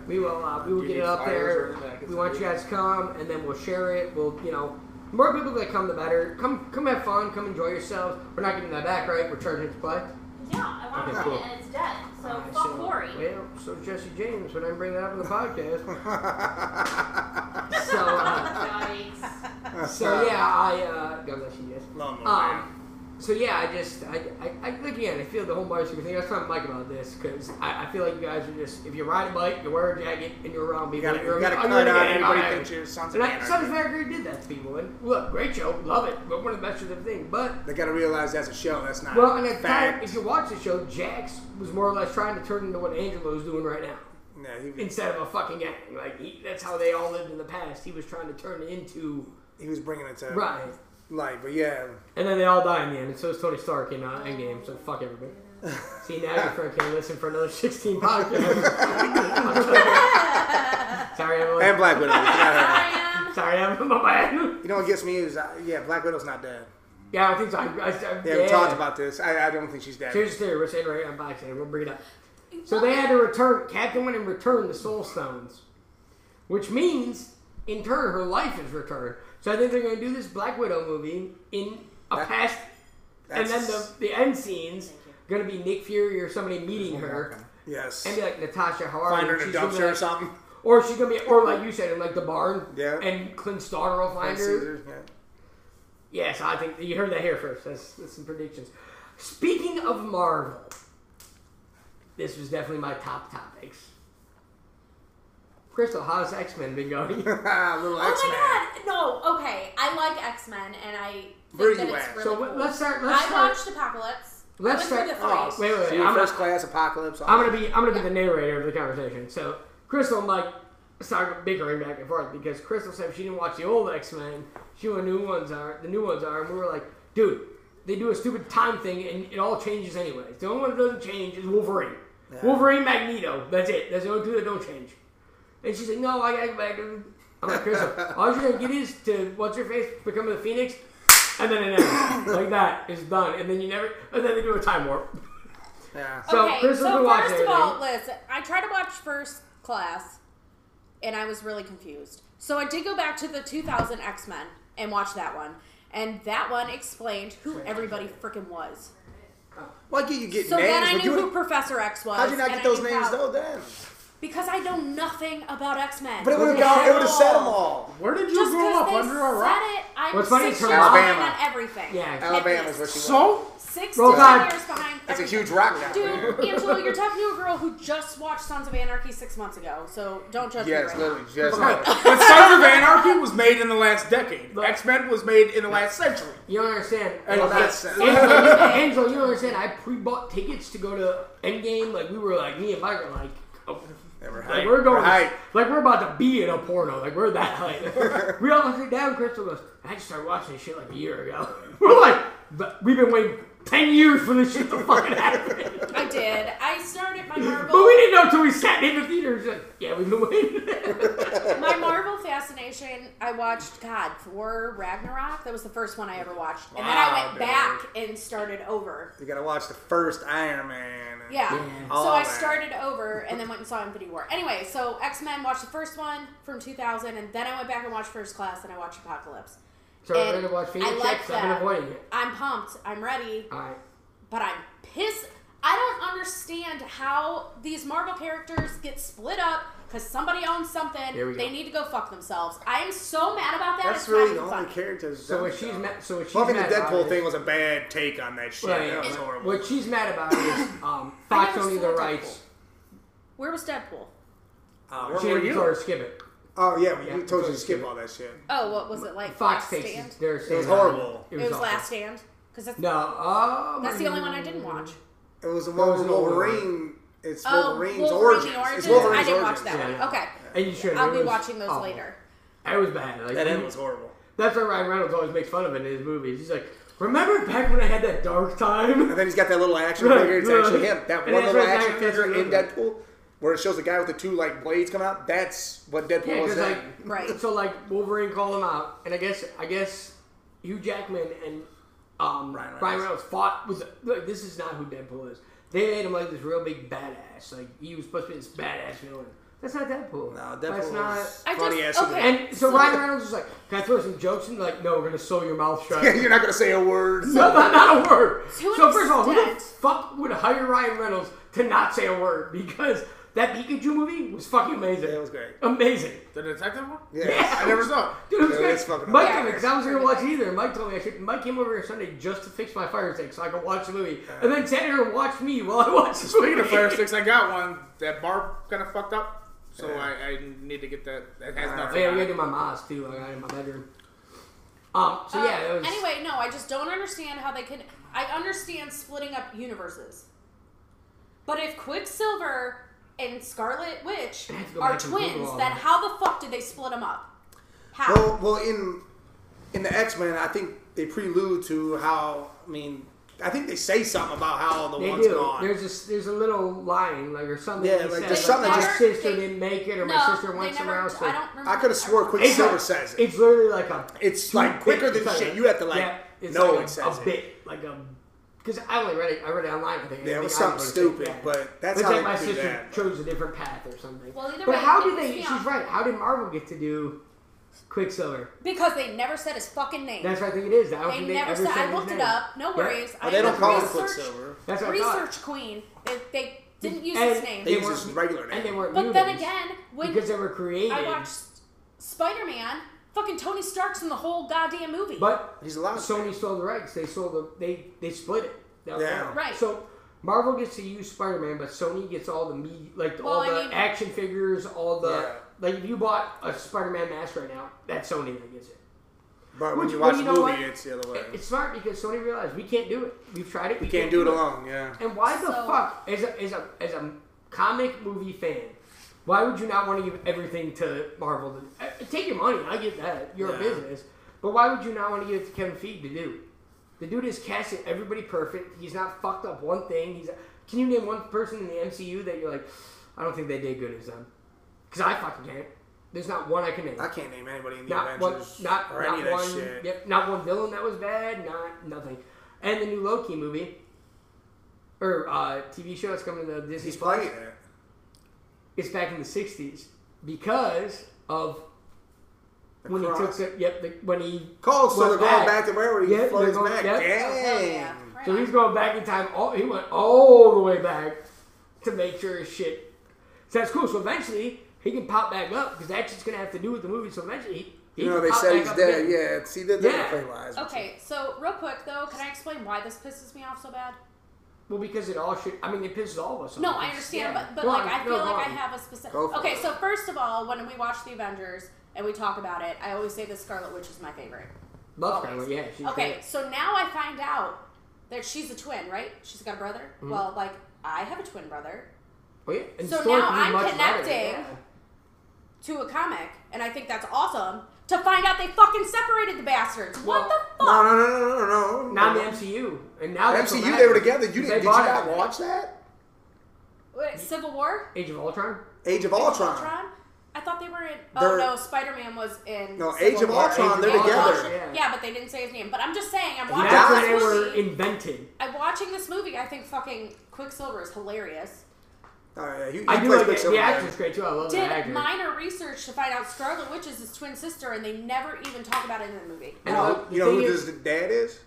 S5: We will, uh, we
S7: Do
S5: will
S7: you
S5: get
S7: need
S5: it up
S7: flyers
S5: there.
S7: or anything?
S5: We want you guys to come, and then we'll share it. We'll, you know, the more people that come, the better. Come, come have fun. Come enjoy yourselves. We're not giving that back, right? We're charging it to play.
S8: Yeah, I want
S5: Okay,
S8: to
S5: cool.
S8: it and it's dead. So
S5: Uh,
S8: fuck Corey.
S5: Well, so Jesse James, when I bring that up in the podcast. so. Uh,
S8: Oh, Yikes.
S5: So yeah, I uh, God bless you guys.
S2: Lawnmower man.
S5: Um, so yeah, I just I, I, I again I feel the whole bicycle thing. I was talking to Mike about this because I, I feel like you guys are just if you ride a bike, you wear a jacket, and you're around
S2: You
S5: people.
S2: gotta,
S5: are
S2: you gotta
S5: I'm
S2: cut
S5: gonna
S2: out
S5: get
S2: anybody
S5: about
S2: thinks
S5: it.
S2: you're sons of
S5: And I, Sons of
S2: anarchy.
S5: Anarchy did that to people, and look, great show, love it, but one of the best shows I've ever seen. But
S2: They gotta realize that's a show. That's not
S5: well, and at the time,
S2: fact.
S5: if you watch the show, Jax was more or less trying to turn into what Angelo's doing right now
S2: yeah, he, was-
S5: instead of a fucking gang. Like he, that's how they all lived in the past. He was trying to turn into
S2: he was bringing it to
S5: right.
S2: life, but yeah,
S5: And then they all die in the end, and so is Tony Stark in uh, Endgame, so fuck everybody. See, now your friend can listen for another 16 podcasts. Sorry,
S2: and
S5: Emily.
S2: Black Widow. you gotta-
S8: I am.
S5: Sorry, Emily. My bad.
S2: You know what gets me is uh, yeah, Black Widow's not dead.
S5: Yeah, I think so. I, I, I,
S2: Yeah, we talked about this. I, I don't think she's dead.
S5: Here's the theory. We're saying right on boxing. We'll bring it up. So they had to return. Captain went and returned the Soul Stones, which means, in turn, her life is returned. So I think they're going to do this Black Widow movie in a
S2: That-
S5: past and then the,
S2: That's-
S5: the end scenes gonna be Nick Fury or somebody meeting her
S2: yes.
S5: and be like Natasha, how are
S2: Find
S5: you?
S2: her in a
S5: She's gonna be
S2: dumpster or
S5: like,
S2: something.
S5: Or she's gonna be, or like you said, in like the barn.
S2: Yeah.
S5: And Clint's daughter will find
S2: That's
S5: her.
S2: Caesar, yeah.
S5: Yes, I think you heard that here first. That's, that's some predictions. Speaking of Marvel, this was definitely my top topics. Crystal, how's X Men been going?
S2: Little X Men.
S6: Oh my god! No, okay. I like X Men, and I think
S7: Where
S6: that
S7: you
S6: it's
S7: at?
S6: really
S5: so
S6: cool.
S5: let's start. Let's
S6: I
S5: start.
S6: watched Apocalypse.
S5: Let's
S6: I
S5: start.
S6: went through
S2: Oh,
S6: the threes.
S5: Wait, wait, wait.
S2: See,
S5: I'm
S2: first
S5: not-
S2: class apocalypse.
S5: I'm gonna be I'm gonna be the narrator of the conversation. So Crystal and Mike started bickering back and forth because Crystal said she didn't watch the old X Men. She knew what new ones are. The new ones are, and we were like, dude, they do a stupid time thing, and it all changes anyways. The only one that doesn't change is Wolverine. Wolverine, Magneto. That's it. That's the only two that don't change. And she's like, no, I gotta go back. to-" I'm like, Crystal, all you're gonna get is to what's your face become the Phoenix, and then it ends like that. It's done, and then you never, and then they do a time warp.
S2: Yeah.
S5: So
S6: okay,
S5: Crystal's
S6: so
S5: been watching
S6: first of
S5: everything.
S6: all, listen. I tried to watch First Class, and I was really confused. So I did go back to the 2000 X Men and watch that one, and that one explained who everybody freaking was.
S2: Why can't you get
S6: So
S2: names?
S6: then I
S2: but
S6: knew
S2: you-
S6: who Professor X was.
S2: How'd you not
S6: and
S2: get
S6: I
S2: those
S6: knew
S2: names
S6: how-
S2: though? Then,
S6: Because I know nothing about X Men.
S2: but it would have gone. It would have said them all.
S7: Where did you
S6: Just
S7: grow
S6: because
S7: up
S6: they
S7: under a rock?
S6: said it, I'm
S5: What's funny
S6: six
S5: is her
S6: years behind
S2: Alabama.
S6: on everything.
S5: Yeah.
S6: At
S2: Alabama's
S6: least.
S2: where she went.
S7: So
S6: Six
S5: Roll
S6: to
S5: Tide.
S6: ten years behind.
S2: That's a
S6: everything.
S2: huge rock now.
S6: Dude, Angelo, you're talking to a girl who just watched Sons of Anarchy six months ago, so don't judge
S2: Yeah,
S6: me
S2: it's
S6: right
S2: literally
S6: now.
S2: just.
S7: But Sons of Anarchy was made in the last decade. X Men was made in the last century.
S5: You don't understand.
S7: And
S5: Angel,
S7: that's-
S5: Angel, you don't understand. I pre-bought tickets to go to Endgame. Like we were like me and Mike were like, oh,
S2: Never
S5: like
S2: hyped.
S5: we're going,
S2: Right.
S5: like we're about to be in a porno. Like we're that hype. we all sit down. Crystal goes, I just started watching this shit like a year ago. we're like, but we've been waiting ten years for this shit to fucking happen.
S6: I did. I started my Marvel.
S5: But we didn't know until we sat in the theater. It's like, yeah, we've been waiting.
S6: My Marvel fascination. I watched God Thor Ragnarok. That was the first one I ever watched, and then I
S2: Wow,
S6: went
S2: dude.
S6: back and started over.
S2: You gotta watch the first Iron Man. and-
S6: Yeah.
S2: All
S6: So I
S2: that.
S6: started over and then went and saw Infinity War. Anyway, so X Men watched the first one from 2000, and then I went back and watched First Class, and I watched Apocalypse.
S5: so we're gonna watch Phoenix
S6: I like
S5: X. I've
S6: that.
S5: been avoiding it.
S6: I'm pumped. I'm ready.
S5: All right.
S6: but I'm pissed. I don't understand how these Marvel characters get split up because somebody owns something.
S5: Here we go.
S6: They need to go fuck themselves. I am so mad about that.
S2: That's
S6: it's
S2: really
S6: not
S2: the
S6: even
S2: only
S6: funny.
S2: character. who's
S5: So
S2: done
S5: what
S2: it,
S5: she's
S2: though.
S5: mad. So what she's
S2: Well, I mean,
S5: mad
S2: the Deadpool
S5: about
S2: thing
S5: is-
S2: was a bad take on that shit.
S5: Right.
S2: That was
S6: It-
S2: horrible.
S5: What she's mad about is um,
S6: I
S5: Fox
S6: never
S5: owning
S6: saw
S5: the
S6: Deadpool.
S5: rights.
S6: Where was Deadpool?
S2: Uh,
S5: She
S2: where were
S5: didn't
S2: you?
S5: sort of skip it.
S2: Oh yeah, we
S5: Yeah,
S2: we told you
S5: so
S2: to skip
S5: stupid.
S2: all that shit.
S6: Oh, what was it like?
S5: Fox
S6: Last
S5: takes
S6: Stand?
S5: their
S2: It was
S5: stand on
S2: horrible.
S5: It
S6: It
S5: was,
S6: was,
S5: awful.
S6: Last Stand because that's,
S5: No, oh,
S6: that's
S5: my
S6: the only
S5: God.
S6: one I didn't watch.
S2: It was the
S5: That was
S2: one with
S5: an old one.
S2: Wolverine. It's
S6: Oh,
S2: Wolverine's
S6: Wolverine
S2: origins.
S6: the Origins.
S2: It's Wolverine's
S6: I didn't
S2: origins.
S6: watch that
S5: yeah,
S6: one.
S5: yeah.
S6: Okay,
S5: And you should.
S6: I'll
S5: it
S6: be
S5: was
S6: watching those
S5: awful.
S6: later.
S5: It was bad. Like,
S2: That
S5: he-
S2: end was horrible.
S5: That's why Ryan Reynolds always makes fun of it in his movies. He's like, "Remember back when I had that dark time?"
S2: And then he's got that little action
S5: Right,
S2: figure. It's
S5: right.
S2: actually him. That
S5: And
S2: one
S5: that's
S2: little
S5: what
S2: action
S5: Zack-
S2: figure in
S5: that's
S2: Deadpool, where it shows the guy with the two like blades come out. That's what Deadpool
S5: Yeah,
S2: was.
S5: because
S2: Then.
S5: like,
S6: Right.
S5: so like Wolverine called him out, and I guess I guess Hugh Jackman and um, Ryan, Reynolds.
S2: Reynolds.
S5: fought was like, this is not who Deadpool is. They made him like this real big badass, like he was supposed to be this badass villain. That's not Deadpool.
S2: no,
S5: That's
S2: Deadpool
S5: not.
S2: was
S6: I
S2: funny
S6: just-
S2: ass.
S6: okay.
S5: And so Ryan Reynolds was like, "Can I throw some jokes?" And like, "No, we're gonna sew your mouth shut."
S2: Yeah, you're not gonna say a word.
S5: No, not, not a word.
S6: To an
S5: so first of all, who the
S6: extent.
S5: fuck would hire Ryan Reynolds to not say a word? Because that Pikachu movie was fucking amazing.
S2: Yeah, it was great.
S5: Amazing.
S7: The detective one?
S2: Yeah.
S5: Yeah.
S7: I never saw. it.
S5: Dude, it was
S2: Yeah,
S5: great.
S2: that's fucking
S5: Mike
S2: hilarious.
S5: told me because I was gonna watch either. Mike told me I should. Mike came over here Sunday just to fix my fire stick so I could watch the movie, and then sat here and watched me while I watched the
S7: Speaking
S5: movie.
S7: of fire sticks, I got one. That barb kind of fucked up, so I, I need to get that. That has nothing.
S5: Oh, Yeah, we
S7: on
S5: gotta
S7: it.
S5: do my mom's too. I got it in my bedroom. Um. So yeah, it was.
S6: Uh, Anyway, no, I just don't understand how they can. I understand splitting up universes, but if Quicksilver and Scarlet Witch
S5: have to go
S6: are
S5: back and Google
S6: twins,
S5: all
S6: then
S5: that.
S6: how the fuck did they split them up? How?
S2: Well, well, in in the X Men, I think they prelude to how. I mean, I think they say something about how the
S5: They
S2: one's
S5: do.
S2: gone.
S5: There's a, there's a little line like or something.
S2: Yeah,
S5: they
S2: like,
S5: said,
S2: there's
S5: like,
S2: something
S5: my
S2: just-
S5: sister
S6: they-
S5: didn't make it, or
S6: no,
S5: my sister went
S6: they never.
S5: somewhere else.
S6: I don't remember.
S2: I could have swore
S6: remember.
S5: It's
S2: Quicksilver
S5: like-
S2: says it.
S5: It's literally like a.
S2: It's
S5: two
S2: like quicker than
S5: bit- it's
S2: shit.
S5: a-
S2: You have to, like,
S5: yeah, it's
S2: know
S5: like
S2: it
S5: a,
S2: says
S5: a
S2: it.
S5: bit, like a. Because I only read it. I read it online. I think.
S2: Yeah, it
S5: I
S2: was
S5: think I
S2: something
S5: would've
S2: stupid,
S5: said, yeah.
S2: but that's
S5: It's
S2: how
S5: like
S2: they
S5: my
S2: do
S5: sister
S2: that.
S5: chose a different path or something.
S6: Well, either
S5: but
S6: way,
S5: how
S6: it
S5: did they?
S6: pissed me
S5: She's
S6: off.
S5: right. How did Marvel get to do Quicksilver?
S6: because they never said his fucking name.
S5: That's what I think it is. I don't
S6: they
S5: think they
S6: never
S5: ever
S6: said.
S5: said
S6: I
S5: his
S6: looked it
S5: name.
S6: up. No
S5: Yeah.
S6: worries.
S2: But
S6: I
S2: they
S6: am
S2: don't call him
S6: research,
S2: Quicksilver.
S5: That's what I thought.
S6: Research queen. They, they Didn't use
S5: And
S6: his name.
S2: They
S5: They
S2: use his
S5: weren't-
S2: regular
S5: and they
S2: name.
S5: weren't
S6: But then
S5: mutants
S6: again, when
S5: because they were created.
S6: I watched Spider Man, fucking Tony Stark's in the whole goddamn movie.
S5: but
S2: He's allowed.
S5: Sony sold the rights. They sold the they they split it. That was
S2: Yeah.
S5: it.
S6: Right.
S5: So Marvel gets to use Spider Man, but Sony gets all the me like
S6: Well,
S5: all
S6: I
S5: the
S6: mean-
S5: action figures, all the
S2: Yeah.
S5: like. If you bought a Spider Man mask right now, that's Sony that gets it.
S2: But when
S5: Which-
S2: you
S5: well,
S2: watch
S5: you
S2: the
S5: know
S2: movie,
S5: what?
S2: it's the other way.
S5: It- It's smart because Sony realized we can't do it. We've tried it. We,
S2: You can't do it alone. Yeah.
S5: And why the
S6: So-
S5: fuck, as a, as a as a comic movie fan, why would you not want to give everything to Marvel? To, uh, take your money, I get that. You're a
S2: Yeah.
S5: business, but why would you not want to give it to Kevin Feige to do? The dude is casting everybody perfect. He's not fucked up one thing. He's can you name one person in the MCU that you're like, I don't think they did good as them? Because I fucking can't. There's not one I can name
S2: I can't name anybody in the
S5: not one,
S2: Avengers
S5: not,
S2: or
S5: not
S2: any of that
S5: one,
S2: shit.
S5: Yep, not one villain that was bad, not nothing. And the new Loki movie or uh, TV show that's coming to Disney
S2: He's
S5: Plus.
S2: playing it.
S5: It's back in the '60s because of
S2: The
S5: when he took
S2: cross.
S5: the yep the, when he
S2: Cold, so
S5: went
S2: they're going back to where he
S5: Yeah, they're
S2: floats
S5: going-
S2: back.
S5: yep.
S6: oh,
S2: Dang.
S6: hell yeah. Right
S5: So
S6: on.
S5: he's going back in time. All, he went all the way back to make sure his shit. So that's cool. So eventually he can pop back up because that's just gonna have to do with the movie. So eventually he, he
S2: You know,
S5: can
S2: they
S5: pop
S2: said
S5: back
S2: he's
S5: up
S2: dead.
S5: again.
S2: Yeah, see, they're
S5: Yeah.
S2: yeah. playing lies. with
S6: Okay, so real quick though, can I explain why this pisses me off so bad?
S5: Well, because it all should. I mean, it pisses all of us off.
S6: No, I
S5: It's-
S6: understand,
S5: yeah.
S6: but, but
S5: Go
S6: like
S5: on,
S6: I
S5: go
S6: feel like I
S5: on.
S6: have a specific.
S2: Go for
S6: Okay,
S2: it.
S6: so first of all, when we watch the Avengers and we talk about it, I always say the Scarlet Witch is my favorite.
S5: Love
S6: Always.
S5: Scarlet, yeah. She's
S6: okay,
S5: great.
S6: so now I find out that she's a twin, right? She's got a brother.
S5: Mm-hmm.
S6: Well, like I have a twin brother
S5: Oh, yeah. And
S6: so
S5: Storm
S6: now
S5: can be
S6: I'm
S5: much better,
S6: connecting.
S5: yeah.
S6: to a comic, and I think that's awesome. To find out they fucking separated the bastards.
S5: Well,
S6: what the
S2: you. No,
S6: fuck?
S2: no, no, no, no, no.
S5: Now
S2: no.
S5: the MCU, and now that's what
S2: MCU, they
S5: matters.
S2: were together. You
S5: They
S2: didn't, did you
S5: bought it.
S2: not watch that?
S6: Wait, Civil War?
S5: Age of Ultron.
S2: Age of Ultron.
S6: Ultron? I thought they were in. Oh
S2: They're-
S6: no, Spider Man was in.
S2: No,
S6: Civil
S2: Age of
S6: War.
S2: Ultron.
S5: Age of
S2: they're
S5: Ultron,
S2: together.
S5: yeah.
S6: Yeah. but they didn't say his name. But I'm just saying, I'm watching
S5: That's
S2: died.
S5: when
S6: this
S5: they were
S6: movie.
S5: invented.
S6: I'm watching this movie. I think fucking Quicksilver is hilarious.
S2: Oh, yeah, he, he
S5: I do
S2: plays
S5: like it.
S2: Quicksilver
S5: The
S2: there.
S5: action's great too. I love the
S6: Did
S5: actor.
S6: minor research to find out Scarlet Witch is his twin sister, and they never even talk about it in the movie.
S5: And
S2: No,
S5: the- the
S2: you know who
S5: thing is-
S2: this dad is?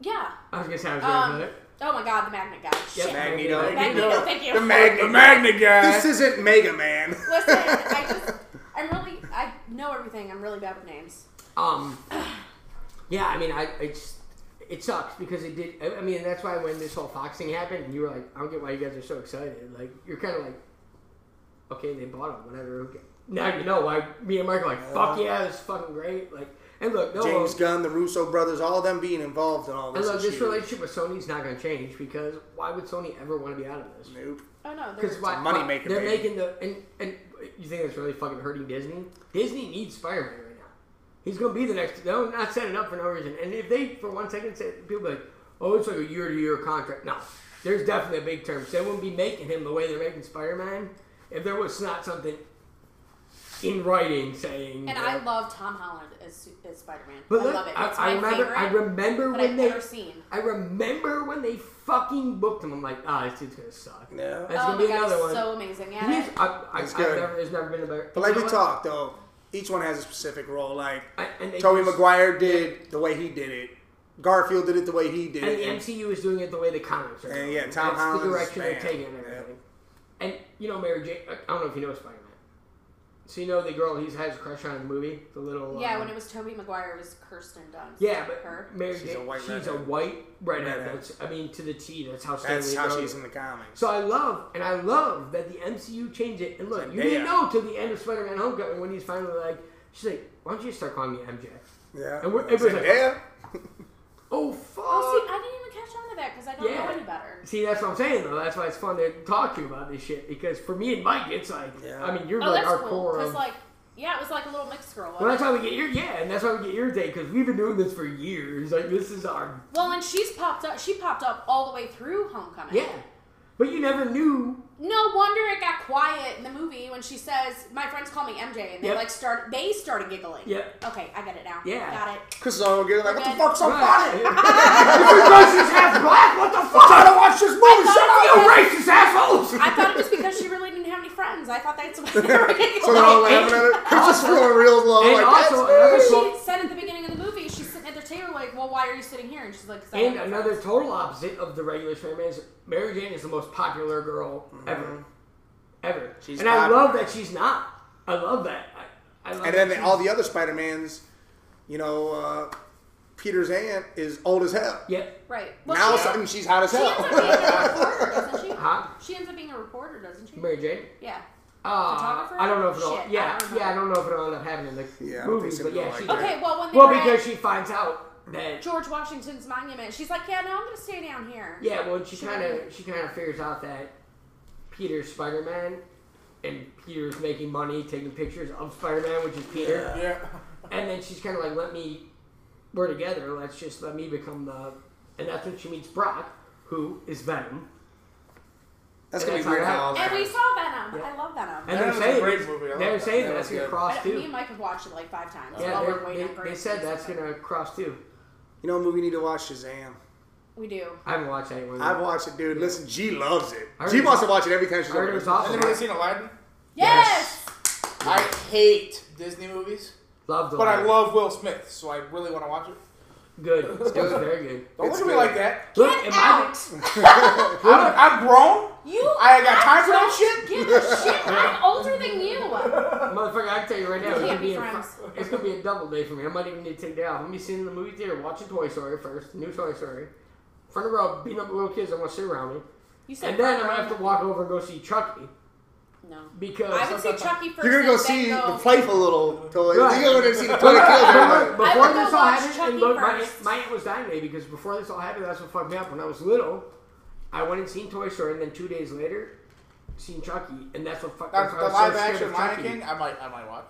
S6: Yeah.
S5: I was gonna say I was
S6: Um,
S5: gonna
S6: oh my god, the Magnet Guy.
S5: Yep.
S6: Shit.
S2: Magneto.
S6: Magneto, thank you.
S7: The Magna, the Magna guy.
S2: This isn't Mega Man.
S6: Listen, I just, I'm really, I know everything. I'm really bad with names.
S5: Um, yeah, I mean, I it's it sucks because it did. I I mean, that's why when this whole Fox thing happened, and you were like, I don't get why you guys are so excited. Like, you're kind of like, okay, they bought him, whatever. Okay. Now you know why me and Mark are like, fuck yeah, it's fucking great. Like, and look, no,
S2: James Gunn, the Russo brothers, all of them being involved in all
S5: and
S2: this.
S5: look, this
S2: shit.
S5: relationship with Sony's not gonna change because why would Sony ever want to be out of this?
S2: Nope.
S6: Oh no, they're-
S5: Because why?
S2: money
S5: why-
S2: maker,
S5: They're
S2: baby.
S5: making the and and you think that's really fucking hurting Disney? Disney needs Spider Man right now. He's gonna be the next. No, not setting up for no reason. And if they for one second say people be like, oh, it's like a year to year contract. No, there's definitely a big term. So they wouldn't be making him the way they're making Spider Man if there was not something in writing saying. that-
S6: and I love Tom Holland as, as Spider Man.
S5: But
S6: I
S5: look,
S6: love it.
S5: I,
S6: It's
S5: I
S6: my
S5: remember.
S6: favorite
S5: I remember
S6: that
S5: when
S6: I've
S5: they.
S6: ever seen.
S5: I remember when they fucking booked him. I'm like, ah, this dude's gonna suck.
S2: Yeah.
S5: That's
S6: oh
S5: gonna
S6: my
S5: be
S6: god,
S5: another
S6: it's
S5: one.
S6: so amazing. Yeah,
S5: He is- I, I,
S2: It's
S5: I've
S2: good.
S5: never, there's never been a better.
S2: But like
S5: you
S2: we
S5: know what?
S2: talked though, each one has a specific role. Like
S5: I, and they
S2: Tobey
S5: use-
S2: Maguire did the way he did it. Garfield did it the way he did
S5: And
S2: it.
S5: the
S2: and-
S5: MCU is doing it the way the comics are.
S2: And
S5: doing
S2: yeah,
S5: it.
S2: Tom
S5: That's
S2: Holland's
S5: the direction
S2: man.
S5: they're taking and
S2: Yeah.
S5: everything. And you know, Mary Jane. I don't know if you know Spider Man. So you know the girl he's has a crush on in the movie, the little.
S6: yeah.
S5: uh,
S6: When it was Tobey Maguire, it was Kirsten Dunst.
S5: Yeah, but
S6: her.
S5: Mary
S2: She's
S5: Jane.
S2: a white
S5: she's a
S2: redhead.
S5: white redhead.
S2: Redhead.
S5: That's, I mean, to the T. That's how.
S2: that's
S5: Stanley
S2: how
S5: wrote
S2: she's
S5: it.
S2: in the comics.
S5: So I love, and I love that the MCU changed it. And look, you didn't
S2: Zendaya.
S5: know till the end of Spider-Man: Homecoming when he's finally like, she's like, "Why don't you start calling me MJ?"
S2: Yeah.
S5: And we're- everybody's like-
S2: yeah.
S5: Oh fuck!
S6: Oh, see, I didn't even catch on to that because I don't
S5: Yeah.
S6: know any better.
S5: See, that's what I'm saying though. That's why it's fun to talk to you about this shit because for me and Mike, it's like,
S2: Yeah.
S5: I mean, you're
S6: Oh,
S5: like our
S6: that's cool.
S5: core.
S6: Because
S5: of-
S6: like, yeah, it was like a little mixed girl.
S5: well,
S6: wasn't
S5: that's how we get your yeah, and that's why we get your day because we've been doing this for years. Like this is our
S6: it? Well, and she's popped up. She popped up all the way through Homecoming.
S5: yeah, but you never knew.
S6: No wonder it got quiet in the movie when she says, "My friends call me MJ," and they
S5: Yep.
S6: like start they started giggling.
S5: Yep.
S6: Okay, I get it now.
S5: Yeah.
S6: Got it.
S2: Chris is on getting like, what the
S6: Good.
S2: fuck's up
S5: Right.
S2: on it?
S5: Your race is half black. What the fuck?
S2: Trying to watch this movie. Shut up,
S5: You
S2: you racist.
S5: racist assholes!
S6: I thought it was because she really didn't have any friends. I thought that's what they were giggling.
S2: So they're all laughing at her. Chris is feeling real low.
S5: And
S2: Like
S5: also
S2: that's
S5: another
S6: She
S5: quote.
S6: said at the beginning of the movie, she's sitting at their table like, well, why are you sitting here? And she's like, "'Cause I
S5: And
S6: have no
S5: another
S6: friends."
S5: total opposite of the regular straight man is Mary Jane is the most popular girl ever, ever.
S2: Mm-hmm. She's
S5: and I
S2: popular.
S5: love that she's not. I love that. I, I love
S2: And
S5: that
S2: then
S5: she's-
S2: all the other Spider Mans, you know, uh, Peter's aunt is old as hell.
S5: Yep.
S6: Right.
S2: now
S6: she,
S2: suddenly she's hot as
S6: she ends
S2: hell.
S6: up being a reporter, doesn't she?
S5: Huh?
S6: She ends up being a reporter, doesn't she?
S5: Mary Jane.
S6: Yeah.
S5: Uh,
S6: Photographer?
S5: I don't know if it'll.
S6: Shit, I
S5: yeah,
S6: don't know.
S5: yeah, I don't know if it'll end up happening in the
S2: Yeah, I don't
S5: movies,
S2: think
S5: but yeah,
S2: something
S5: she.
S2: like
S6: Okay. Well, when they
S5: Well,
S6: were
S5: because
S6: at
S5: she finds out that.
S6: George Washington's monument, she's like, "Yeah, no, I'm gonna stay down here."
S5: Yeah, well, she
S6: She
S5: kind
S6: wouldn't-
S5: of she kind of figures out that Peter's Spider Man, and Peter's making money taking pictures of Spider Man, which is Peter.
S7: Yeah.
S5: And then she's kind of like, let me, we're together. Let's just let me become the. And that's when she meets Brock, who is Venom.
S2: That's gonna be
S5: That's
S2: weird.
S5: how-
S2: How all
S6: And we
S2: that.
S6: saw Venom.
S5: Yeah.
S6: I love Venom.
S5: And
S7: Venom
S5: they're
S7: was a
S5: saying,
S7: great movie. I
S5: they're
S7: like that.
S5: saying
S7: That
S5: that
S7: was
S5: that's gonna
S7: good.
S5: cross
S6: I- me and
S5: too.
S6: Mike have watched it like five times.
S5: Yeah,
S6: while we're
S5: they,
S6: waiting
S5: they-
S6: for
S5: they
S6: it to
S5: said
S6: be
S5: that's
S6: something.
S5: gonna cross too.
S2: You know, what movie you need to watch Shazam.
S6: We do.
S5: I haven't watched that one.
S2: I've watched it, dude. Listen, G loves it.
S5: I heard
S2: G
S5: it was-
S2: wants to watch it every time she's
S5: I heard it
S2: over.
S5: was
S2: there.
S7: Has
S5: awesome.
S7: anybody seen Aladdin?
S6: Yes.
S7: I hate Disney movies,
S5: Loved it.
S7: but I love Will Smith, so I really want to watch it.
S5: Good. It was very good.
S7: Don't
S2: It's
S7: look at me
S2: good.
S7: like that.
S5: Look, am
S6: Get out.
S5: I?
S7: I'm, I'm grown.
S6: You.
S7: I ain't got time for that
S6: don't
S7: shit.
S6: Give a shit. I'm older than you.
S5: Motherfucker, I can tell you right now,
S6: We
S5: it's gonna,
S6: can't
S5: be
S6: be
S5: a,
S6: friends.
S5: it's gonna be a double day for me. I might even need to take day off. I'm gonna be sitting in the movie theater watching Toy Story first, new Toy Story. Front of row, beating up little kids that want to sit around me.
S6: You said.
S5: And then I'm gonna have to walk over and go see Chucky.
S6: No.
S5: Because
S6: I would see Chucky first.
S2: You're gonna go
S6: and then
S2: see
S6: go-
S2: the playful little toy.
S5: Right.
S2: You're gonna go see the toy that kills everybody.
S5: Before
S6: would go
S5: this all
S6: watch
S5: happened,
S6: Chucky
S5: and look, my,
S6: first.
S5: my aunt was dying today because before this all happened, that's what fucked me up. When I was little, I went and seen Toy Story, and then two days later, seen Chucky, and that's what fucked me
S7: That's
S5: up.
S7: the live action Lion King. I might, I might watch.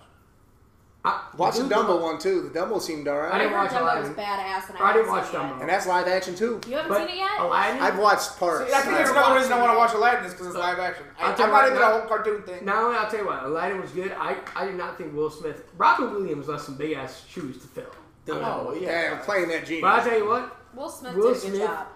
S2: Watch the
S5: dude,
S2: Dumbo one too. The Dumbo seemed
S5: I
S6: I
S2: alright,
S5: didn't
S6: heard
S5: watch
S6: Dumbo was
S5: Aladdin.
S6: badass, and I,
S5: I didn't
S6: haven't
S5: watch
S6: seen it
S5: Dumbo.
S6: yet.
S2: and that's live action too.
S6: You haven't
S5: But
S6: seen it yet?
S5: Aladdin,
S2: I've watched parts.
S7: See, I think that's another reason I want to watch Aladdin is because it's live action. I,
S5: I'll tell
S7: I'm
S5: you
S7: not
S5: right
S7: into the
S5: now-
S7: whole cartoon thing.
S5: Not only I'll tell you what, Aladdin was good. I, I did not think Will Smith, Robin Williams left some big ass shoes to fill.
S7: Oh,
S2: Yeah, I'm playing that
S5: But I'll
S2: genius.
S5: tell you what,
S6: Will Smith
S5: Will
S6: did a good
S5: Smith.
S6: job.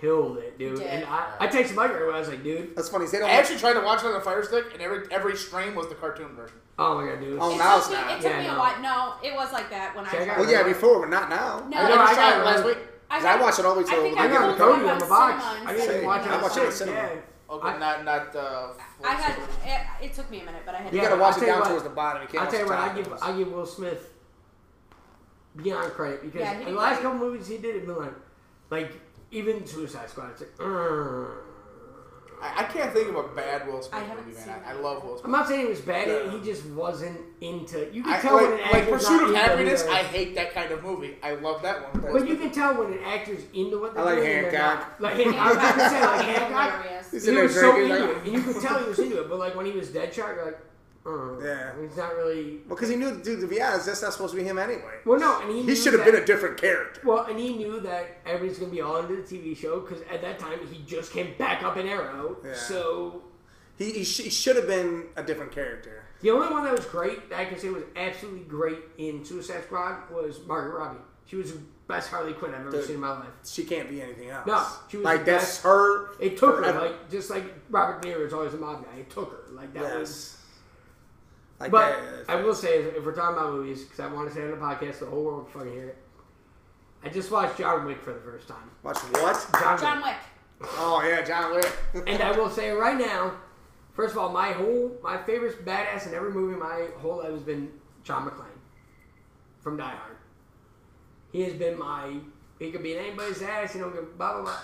S5: killed it, dude.
S6: He did.
S5: And I, I texted Mike right away. I was like, dude,
S2: That's funny. They don't.
S7: I actually tried to watch it on the Fire Stick, and every every stream was the cartoon version.
S5: oh my god, dude.
S2: Oh,
S6: it
S2: now
S6: took
S2: it's
S6: me,
S2: not.
S6: It took
S5: Yeah,
S6: me
S5: no.
S6: a while. No, it was like that when I
S5: Check
S6: tried.
S5: out-
S2: Well, yeah, before, but not now.
S6: No,
S5: I know,
S6: I
S5: I
S6: tried
S5: got
S6: it.
S5: it
S7: last
S5: last
S7: week.
S2: Cause I watched it all the way
S6: I
S2: till
S6: think
S5: I
S6: I
S2: got
S5: got
S6: pulled
S2: it.
S6: it
S5: Cody
S6: up
S5: on the
S6: on
S5: box.
S6: cinema
S5: I didn't even
S2: Same.
S5: watch it.
S2: I
S5: on
S2: watched it on
S5: Sunday.
S2: cinema.
S7: Okay,
S5: I-
S7: not not. Uh,
S6: I had it, it took me a minute, but I had
S2: You
S5: Yeah,
S2: gotta watch
S5: I'll
S2: it
S5: tell you
S2: down
S5: what.
S2: towards the bottom. You can't
S5: I'll
S2: watch
S5: tell you
S2: the
S5: what, I
S2: top.
S5: give I give Will Smith beyond credit because
S6: Yeah, he
S5: in
S6: did
S5: the last
S6: great.
S5: couple movies he did it, but like, like even Suicide Squad, it's like, "Uh." "Urgh."
S7: I, I can't think of a bad Will Smith
S6: I haven't
S7: movie,
S6: seen
S7: man. I, I
S6: that.
S7: love Will
S5: I'm
S7: Smith.
S5: not saying he was bad.
S7: Yeah.
S5: He just wasn't into. You can
S7: I,
S5: tell when an
S7: like, like
S5: actor's not
S7: Pursuit of
S5: into who
S7: Happiness,
S5: they are.
S7: I hate that kind of movie. I love that one.
S5: But you can tell when an actor's into what they're
S2: I like
S5: doing. and they're
S2: Hancock.
S5: not. Like Hancock. I was just gonna say, like Hancock.
S6: hilarious.
S2: He's
S5: He
S2: in there
S5: was so
S2: drinking,
S5: into
S2: like-
S5: it, and you could tell he was into it. But like when he was Deadshot, you're like, oh,
S2: Yeah.
S5: he's not really.
S2: Well, because he knew, dude, to be honest, that's not supposed to be him anyway.
S5: Well, no, and he
S2: He
S5: knew
S2: should have
S5: that-
S2: been a different character.
S5: Well, and he knew that everybody's gonna be all into the TV show because at that time he just came back up in Arrow.
S2: Yeah.
S5: So
S2: He, he, sh- he should have been a different character.
S5: the only one that was great that I can say was absolutely great in Suicide Squad was Margaret Robbie. She was the best Harley Quinn I've ever
S2: Dude.
S5: seen in my life.
S2: She can't be anything else.
S5: No, she was
S2: like
S5: the
S2: that's
S5: best.
S2: her.
S5: It took her
S2: forever.
S5: like just like Robert De Niro is always a mob guy. It took her like that was.
S2: yes. Like
S5: But
S2: that.
S5: I will say, if if we're talking about movies, because I want to say it on the podcast, the whole world can fucking hear it. I just watched John Wick for the first time.
S2: Watch what?
S5: John,
S6: John
S5: Wick.
S6: Wick.
S2: Oh yeah, John Wick.
S5: And I will say right now, first of all, my whole my favorite badass in every movie my whole life has been John McClane from Die Hard. He has been my he could be in anybody's ass, you know, blah blah blah.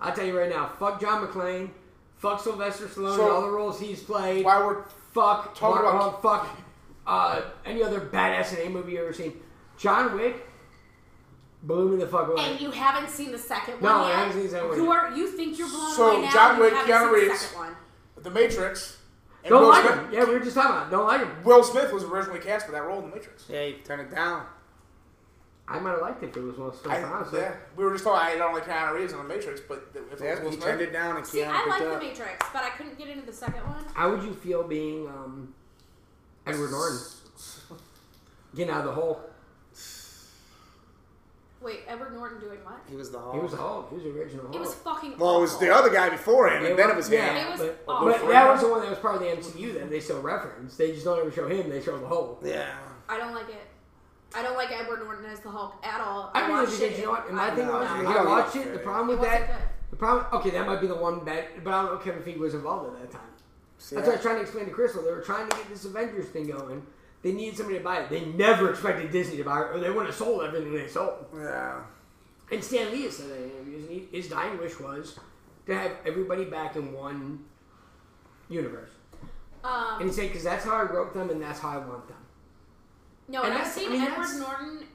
S5: I tell you right now, fuck John McClane, fuck Sylvester Stallone, and
S7: So-
S5: all the roles he's played.
S7: Why we're
S5: fuck
S7: Talking
S5: Mark Wahlberg,
S7: about-
S5: fuck uh, any other badass in any movie you ever seen. John Wick blew me the fuck away.
S6: And you haven't seen the second
S5: No,
S6: one
S5: I
S6: yet.
S5: haven't seen the second one
S6: You
S5: yet.
S6: are you think you're blown
S7: So,
S6: away now?
S7: John
S6: and you
S7: Wick,
S6: haven't
S7: Keanu
S6: seen the
S7: Reeves.
S6: second one.
S7: The Matrix. And
S5: don't
S7: Will
S5: like
S7: Smith-
S5: him. Yeah, we were just talking about. it. Don't like him.
S7: Will Smith was originally cast for that role in The Matrix.
S2: Hey, turn it down.
S5: I might have liked it if it was Will Smith.
S7: I,
S5: honestly.
S7: yeah, we were just talking. I don't like Keanu Reeves in The Matrix, but th- if
S2: Yeah,
S7: it was
S2: he
S7: Will Smith,
S2: turned it down and
S6: See,
S2: Keanu
S6: I
S2: picked
S6: like
S2: it
S6: the
S2: up.
S6: Matrix, but I couldn't get into the second one.
S5: How would you feel being um, Edward Norton? Getting out of the hole.
S6: Wait, Edward Norton doing what?
S2: He was the Hulk.
S5: He was the Hulk. He was the original Hulk.
S6: It was fucking.
S2: well, it was the other guy before him, and then it was him.
S5: Yeah,
S6: It was
S5: but,
S6: awful.
S5: but that was the one that was part of the MCU that they still reference. They just don't ever show him. They show the Hulk.
S2: Yeah.
S6: I don't like it. I don't like Edward Norton as the Hulk at all.
S5: I really
S6: watched
S5: did. You know what? And my thing
S2: No,
S5: was,
S2: he
S5: I
S2: don't
S5: watched
S2: get
S5: it. The
S2: it.
S5: problem
S6: It
S5: with
S6: wasn't
S5: that,
S6: good.
S5: the problem. Okay, that might be the one bad, but I don't know if Kevin Feige was involved at that time.
S2: See,
S5: That's what I
S2: I,
S5: was trying to explain to Crystal. They were trying to get this Avengers thing going. They needed somebody to buy it. They never expected Disney to buy it, or they wouldn't have sold everything they sold.
S2: yeah.
S5: And Stan Lee has said that in interviews. And he, his dying wish was to have everybody back in one universe.
S6: Um,
S5: And he said, because that's how I wrote them, and that's how I want them.
S6: no,
S5: and
S6: and I've
S5: that's- I
S6: seen
S5: mean,
S6: Edward
S5: that's-
S6: Norton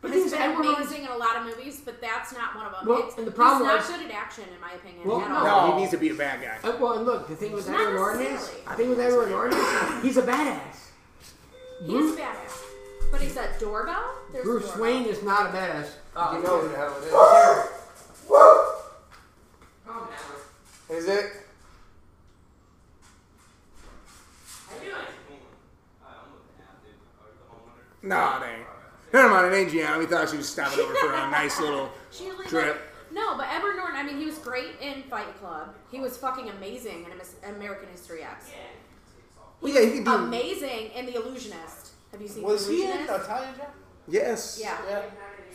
S5: But
S6: has
S5: this
S6: been
S5: Edward Norton-
S6: amazing in a lot of movies, but that's not one of them.
S5: Well,
S6: it's,
S5: and the problem
S6: he's
S5: was-
S6: not good at action, in my opinion,
S5: Well,
S6: at
S5: no.
S6: all.
S2: No, he needs to be a bad guy.
S5: Uh, well, and look, the thing with
S6: Not
S5: Edward Norton is,
S6: necessarily.
S5: the thing with Edward Norton is, he's a badass.
S6: He's a badass. But he's a doorbell? There's a
S5: Bruce
S6: doorbell.
S5: Wayne is not a badass. Uh,
S9: You know who the hell it
S5: Calm down.
S9: is. Is it?
S2: No, it ain't. Never mind, it ain't Gianna. We thought she was stopping over for a nice little.
S6: She usually
S2: Drip.
S6: does- No, but Edward Norton, I mean, he was great in Fight Club. He was fucking amazing in Amis- American History X.
S2: Well, yeah, he could be.
S6: Amazing in The Illusionist. Have you seen
S9: Was
S6: The
S9: he in
S6: Illusionist?
S9: Italian Job?
S2: Yes.
S6: yeah.
S9: Yeah.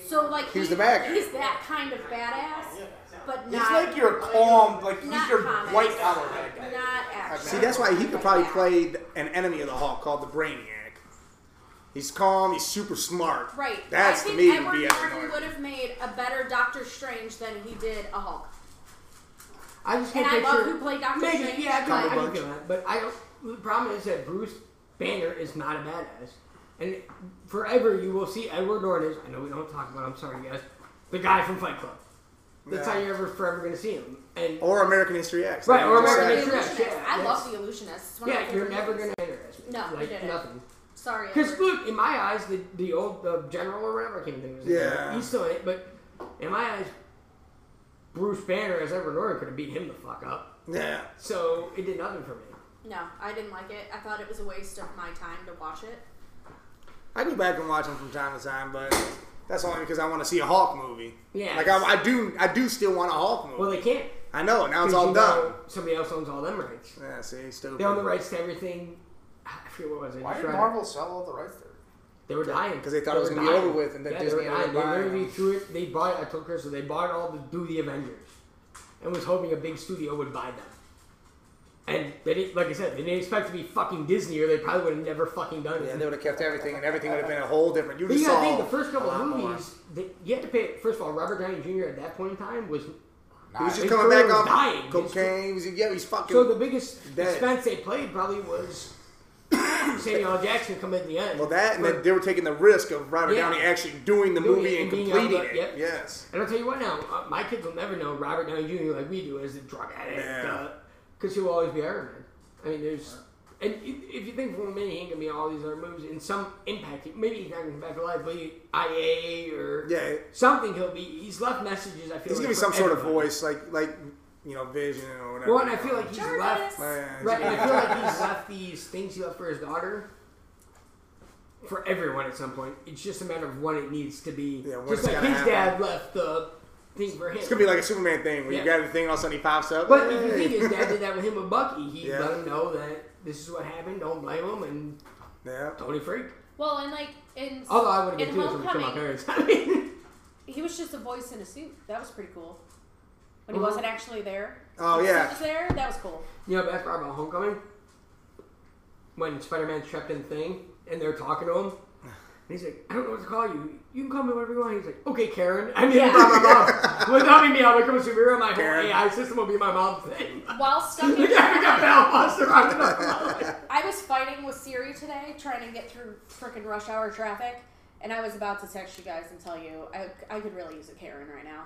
S6: So like
S2: He's the
S6: he-
S2: bad guy.
S6: He's that kind of badass, but
S9: He's
S6: not
S9: like your calm, like he's
S6: not
S9: your
S6: comic.
S9: white collar bad guy.
S6: Not action.
S2: See, that's why he could probably play an enemy of the Hulk called the Brainiac. He's calm. He's super smart.
S6: Right.
S2: That's
S6: I
S2: to
S6: think
S2: me would
S6: Edward
S2: be
S6: Norton
S2: Edward
S6: would
S2: Norton.
S6: have made a better Doctor Strange than he did a Hulk.
S5: I just
S6: And
S5: can't
S6: I
S5: picture.
S6: love who played Doctor
S5: Maybe,
S6: Strange,
S5: yeah, I
S6: but-
S5: can, I can get that. But I don't. The problem is that Bruce Banner is not a badass, and forever you will see Edward Norton is. I know we don't talk about. I'm sorry, guys. The guy from Fight Club. That's
S2: Yeah. Oh.
S5: how you're ever forever going to see him. And
S2: Or American History X.
S5: Right,
S2: like
S5: or
S2: you just
S5: American
S2: said.
S5: History
S6: The Illusionist.
S5: yeah,
S6: I
S5: that's-
S6: love The Illusionist. It's one of my
S5: yeah, you're
S6: favorite
S5: never going
S6: movies.
S5: to interest me.
S6: No, you
S5: like
S6: didn't.
S5: nothing.
S6: Sorry.
S5: Because look, in my eyes, the the old the general or whatever I can't think of his name.
S2: Yeah.
S5: he's still in it. But in my eyes, Bruce Banner as Edward Norton could have beat him the fuck up.
S2: Yeah.
S5: So it did nothing for me.
S6: No, I didn't like it. I thought it was a waste of my time to watch it.
S2: I go back and watch them from time to time, but that's only because I want to see a Hulk movie.
S5: Yeah.
S2: Like I, I do, I do still want a Hulk movie.
S5: Well, they can't.
S2: I know now it's
S5: 'Cause
S2: all
S5: you
S2: done.
S5: know Somebody else owns all them rights.
S2: Yeah, see, stupid.
S5: They own the rights to everything. I forget what was it.
S9: Why
S5: just
S9: did
S5: read it.
S9: Marvel sell all the rights to it?
S5: They were dying
S2: 'Cause they thought it
S5: They
S2: was
S5: were
S2: gonna be over
S5: dying.
S2: with and then
S5: yeah,
S2: Disney
S5: They, were
S2: ended up
S5: dying. they
S2: buying
S5: literally
S2: them.
S5: threw it. They bought. I told Chris that they bought all to do the Avengers, and was hoping a big studio would buy them. And they didn't, like I said, they didn't expect to be fucking Disney, or they probably would have never fucking done it.
S2: Yeah, they would have kept everything, and everything would have been a whole different. You
S5: But
S2: just
S5: you gotta
S2: saw
S5: think, the first couple
S2: a lot
S5: of
S2: more.
S5: movies, they, you had to pay. First of all, Robert Downey Jr. at that point in time was
S2: He was just
S5: his
S2: coming
S5: career
S2: back
S5: was
S2: off
S5: dying. His
S2: cocaine. He was, yeah, he's fucking.
S5: So the biggest
S2: Dead.
S5: expense they played probably was Samuel L. Jackson coming in the end.
S2: well, that and
S5: For-
S2: then they were taking the risk of Robert
S5: Yeah.
S2: Downey actually doing the
S5: Doing
S2: movie
S5: it
S2: and
S5: and being on
S2: completing
S5: the-
S2: it.
S5: yep.
S2: Yes.
S5: and I'll tell you what now, uh, my kids will never know Robert Downey Jr. like we do as a drug
S2: Yeah.
S5: addict because he will always be Iron Man. I mean, there's and i- if you think for a minute he ain't gonna be in all these other movies in some impact, maybe he's not gonna come back to life, but he, IA or
S2: Yeah.
S5: something he'll be. He's left messages. I feel
S2: He's
S5: like,
S2: gonna be
S5: for
S2: some sort of
S5: everybody.
S2: voice, like like you know, Vision or whatever.
S5: Well, and I feel like he's left.
S2: Man,
S5: Right, and I feel like he's left these things he left for his daughter for everyone at some point. It's just a matter of when it needs to be.
S2: Yeah, when
S5: just
S2: it's
S5: like
S2: gotta
S5: his
S2: happen.
S5: dad left the thing for him.
S2: It's gonna be like a Superman thing where
S5: Yeah.
S2: you grab the thing and all of a sudden he pops up.
S5: but if you
S2: Hey.
S5: think his dad did that with him with Bucky, he
S2: Yeah.
S5: let him know that this is what happened. Don't blame him, and
S2: yeah.
S5: Tony freaked.
S6: Well, and like in
S5: Although I would have
S6: in
S5: been too if it was for my
S6: Homecoming,
S5: parents. I mean,
S6: he was just a voice in a suit. That was pretty cool. When he
S5: Mhm.
S6: wasn't actually there.
S2: Oh,
S6: When the
S2: yeah.
S6: suit was there. That was cool.
S5: you know, the best part about Homecoming when Spider-Man trapped in the thing and they're talking to him. And he's like, I don't know what to call you. You can call me whatever you want. He's like, okay, Karen. I mean,
S6: Yeah.
S5: blah, blah, blah. Without me, I'll become a superhero. My
S2: Karen.
S5: whole AI system will be my mom's thing.
S6: While stuck
S5: the
S6: in
S5: guy got
S6: traffic,
S5: Bell Buster on the phone.
S6: I was fighting with Siri today, trying to get through freaking rush hour traffic, and I was about to text you guys and tell you I, I could really use a Karen right now.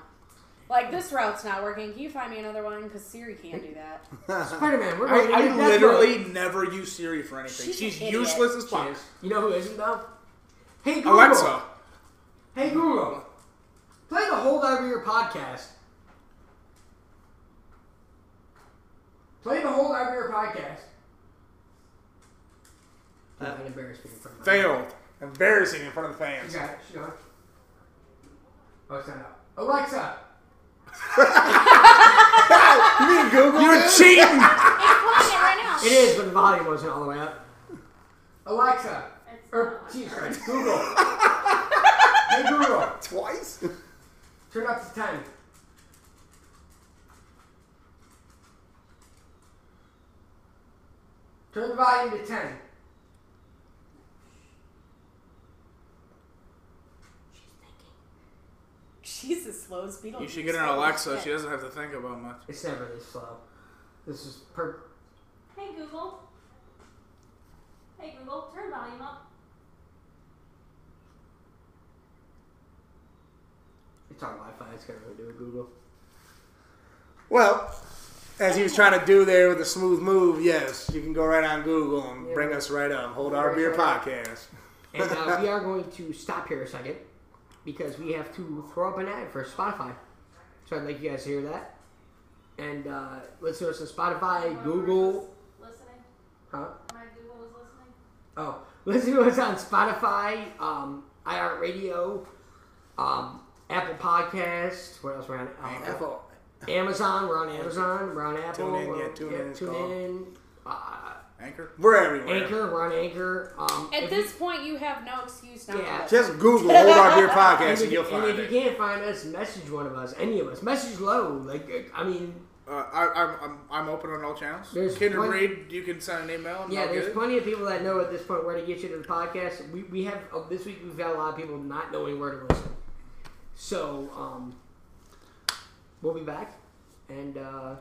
S6: Like this route's not working. Can you find me another one? Because Siri can't do that.
S5: Spider-Man, we're
S7: I,
S5: I
S7: I
S5: did that
S7: literally never use Siri for anything.
S6: She's
S7: She's,
S6: an idiot.
S7: useless as
S5: for-
S7: fuck.
S5: You know who isn't, though? Hey, Google.
S7: Alexa,
S5: Hey, Google. Play the Hold Out of Your podcast. Play the Hold Out of Your podcast. Uh, an embarrassment in front of my-
S2: Failed. Embarrassing in front of the
S5: You
S2: fans.
S5: got it. She got it. Oh, it's not up. Alexa.
S2: You mean Google? You're cheating.
S6: It's playing it right now.
S5: It is, but the volume wasn't all the way up. Alexa.
S8: It's
S5: Or,
S8: not-
S5: Jesus Christ, Google. hey, Google,
S2: Twice?
S5: turn up the time. Turn the volume to 10.
S6: Jesus, slows Beetlejuice.
S7: You should get an
S6: Holy
S7: Alexa.
S6: shit.
S7: She doesn't have to think about much.
S5: It's never this slow. This is per.
S8: Hey Google. Hey Google, turn volume up.
S5: It's on Wi Fi, it's got nothing to do with Google.
S2: Well, as he was trying to do there with a smooth move, yes, you can go right on Google and bring us right up. Hold our beer podcast.
S5: And uh, we are going to stop here a second because we have to throw up an ad for Spotify. So I'd like you guys to hear that. And uh, listen to us on Spotify, Google.
S8: Listening.
S5: Huh?
S8: My Google was listening.
S5: Oh, listen to us on Spotify, um, iHeartRadio, um, Apple Podcast. What else we're on? Uh,
S2: Apple.
S5: Amazon. We're on Amazon. We're on Apple.
S2: Tune in,
S5: we're
S2: yeah,
S5: on-
S2: tune in is
S5: tune
S2: called.
S5: in. Uh,
S7: Anchor.
S2: We're everywhere.
S5: Anchor. We're on Anchor. Um,
S6: At
S5: if you-
S6: this point, you have no excuse not
S5: Yeah.
S6: to. listen.
S2: Just Google Hold Our Beer
S5: And
S2: Podcast
S5: if,
S2: and you'll
S5: and
S2: find
S5: if
S2: it.
S5: you can't find us, message one of us, any of us. Message low, like uh, I mean,
S7: Uh, I, I'm, I'm I'm open on all channels.
S5: There's
S7: Kinder
S5: one-
S7: Reed, you can send an email. And
S5: yeah.
S7: I'll
S5: There's
S7: get it.
S5: plenty of people that know at this point where to get you to the podcast. We, we have uh, this week we've got a lot of people not knowing where to listen. So um, we'll be back and uh,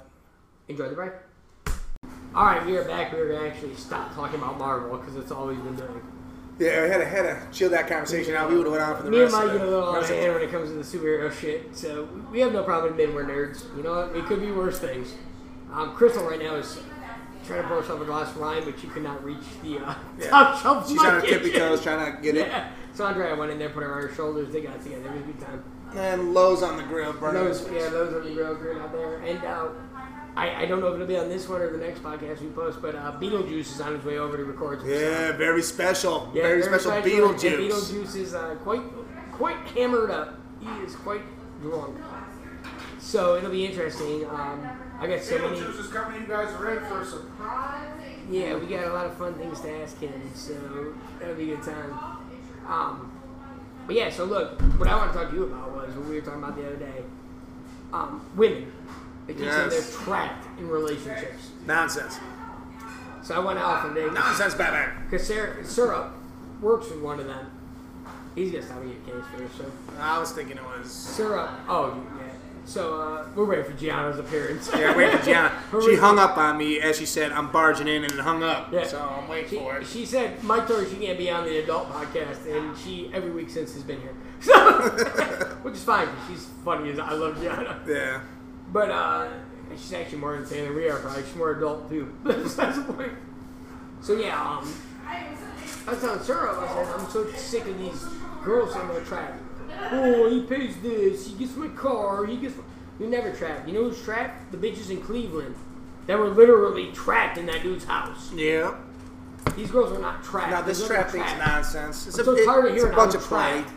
S5: enjoy the break. All right, we are back. We are gonna actually stop talking about Marvel because it's all we've been doing.
S2: Yeah, I had to, had to chill that conversation out. We would have went on for the
S5: Me and
S2: rest
S5: Mike
S2: of
S5: get a little uh, out of
S2: it.
S5: hand when it comes to the superhero shit, so we have no problem admitting we're nerds. You know what? It could be worse things. Um, Crystal right now is trying to pour herself a glass of wine, but she could not reach the uh, top shelf. of
S2: She's
S5: my
S2: on her tippy
S5: kitchen.
S2: toes trying to get it.
S5: Yeah. So Andrea went in there, put her on her shoulders. They got together. It was a good time.
S2: And Lowe's on the grill burning.
S5: Those, yeah, those are the real green out there. And uh, I, I don't know if it'll be on this one or the next podcast we post, but uh, Beetlejuice is on his way over to record. some stuff.
S2: Yeah, very special.
S5: Yeah,
S2: very, special,
S5: and
S2: Beetlejuice.
S5: Beetlejuice is uh, quite quite hammered up. He is quite drunk. So it'll be interesting. Um, I got so many.
S7: Beetlejuice is coming. You guys are in for a surprise.
S5: Yeah, we got a lot of fun things to ask him, so that'll be a good time. Um, but yeah, so look, what I want to talk to you about was what we were talking about the other day. Um, women, they keep saying
S2: Yes.
S5: they're trapped in relationships.
S2: Nonsense.
S5: So I went out for a day.
S2: Nonsense, Batman.
S5: Because Sarah, Syrup works with one of them. He's gonna stop me get case first. So
S2: I was thinking it was.
S5: Syrup. Oh yeah. So uh, we're waiting for Gianna's appearance.
S2: Yeah, wait for Gianna.
S5: We're
S2: She
S5: waiting-
S2: hung up on me as she said, I'm barging in and hung up.
S5: Yeah.
S2: So I'm waiting
S5: She,
S2: for it.
S5: she said Mike told her she can't be on the adult podcast, and she every week since has been here. So which is fine. 'cause She's funny as I love Gianna.
S2: Yeah.
S5: But uh, she's actually more insane than we are. Probably she's more adult too. That's the point. So yeah, um, I was telling Sarah, I said I'm so sick of these girls saying they're trapped. Oh, he pays this. He gets my car. He gets. You're never trapped. You know who's trapped? The bitches in Cleveland that were literally trapped in that dude's house.
S2: Yeah.
S5: These girls are not trapped.
S2: Now, this
S5: They're
S2: trap
S5: literally
S2: thing's
S5: trapped.
S2: nonsense. It's
S5: I'm
S2: a,
S5: so
S2: it-
S5: tired of
S2: it's a
S5: hearing
S2: bunch
S5: I'm
S2: of pride.
S5: trapped.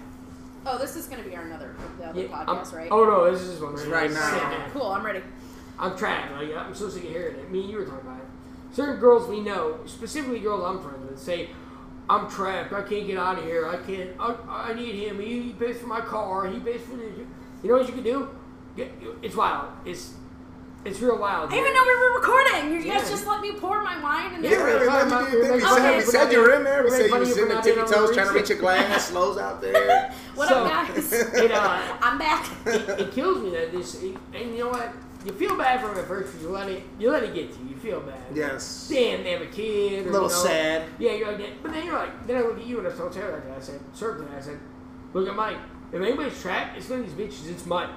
S6: Oh, this is going to be our another the other
S5: Yeah, I'm-
S6: podcast, right?
S5: Oh no, this is just one right,
S2: right
S5: now.
S2: now.
S5: Sit
S6: Okay,
S5: down.
S6: cool. I'm ready.
S5: I'm trapped. Like I'm so sick of hearing it. Me and you were talking about it. Certain girls we know, specifically girls I'm friends with, say, "I'm trapped. I can't get out of here. I can't. I, I need him. He, he pays for my car. He pays for the. You know what you can do? Get, it's wild. It's it's real wild.
S6: I didn't even know we were recording. You
S5: Yeah.
S6: guys just let me pour my wine and
S2: Yeah,
S6: then
S5: Yeah,
S2: we
S5: right,
S2: said-
S5: right,
S2: we
S5: right,
S2: said-
S6: right.
S2: we said you were in there. We
S5: Okay.
S2: said you
S5: Everybody
S2: was in
S5: for
S2: the
S5: not
S2: tippy
S5: being able
S2: toes
S5: to
S2: trying to
S5: reach
S2: reach a glass. Lowe's out there.
S6: What
S5: So-
S6: up, guys?
S5: It, uh,
S6: I'm back.
S5: it, it kills me that this. It, and you know what? You feel bad for him at first. 'cause You let it. You let it get to you. You feel bad.
S2: Yes.
S5: Damn, they have a kid. Or,
S2: A little
S5: you know,
S2: sad.
S5: Yeah, you're like, yeah. but then you're like, then I look at you and I told Taylor that I said, certainly, I said, look at Mike. If anybody's trapped, it's none of these bitches. It's Mike,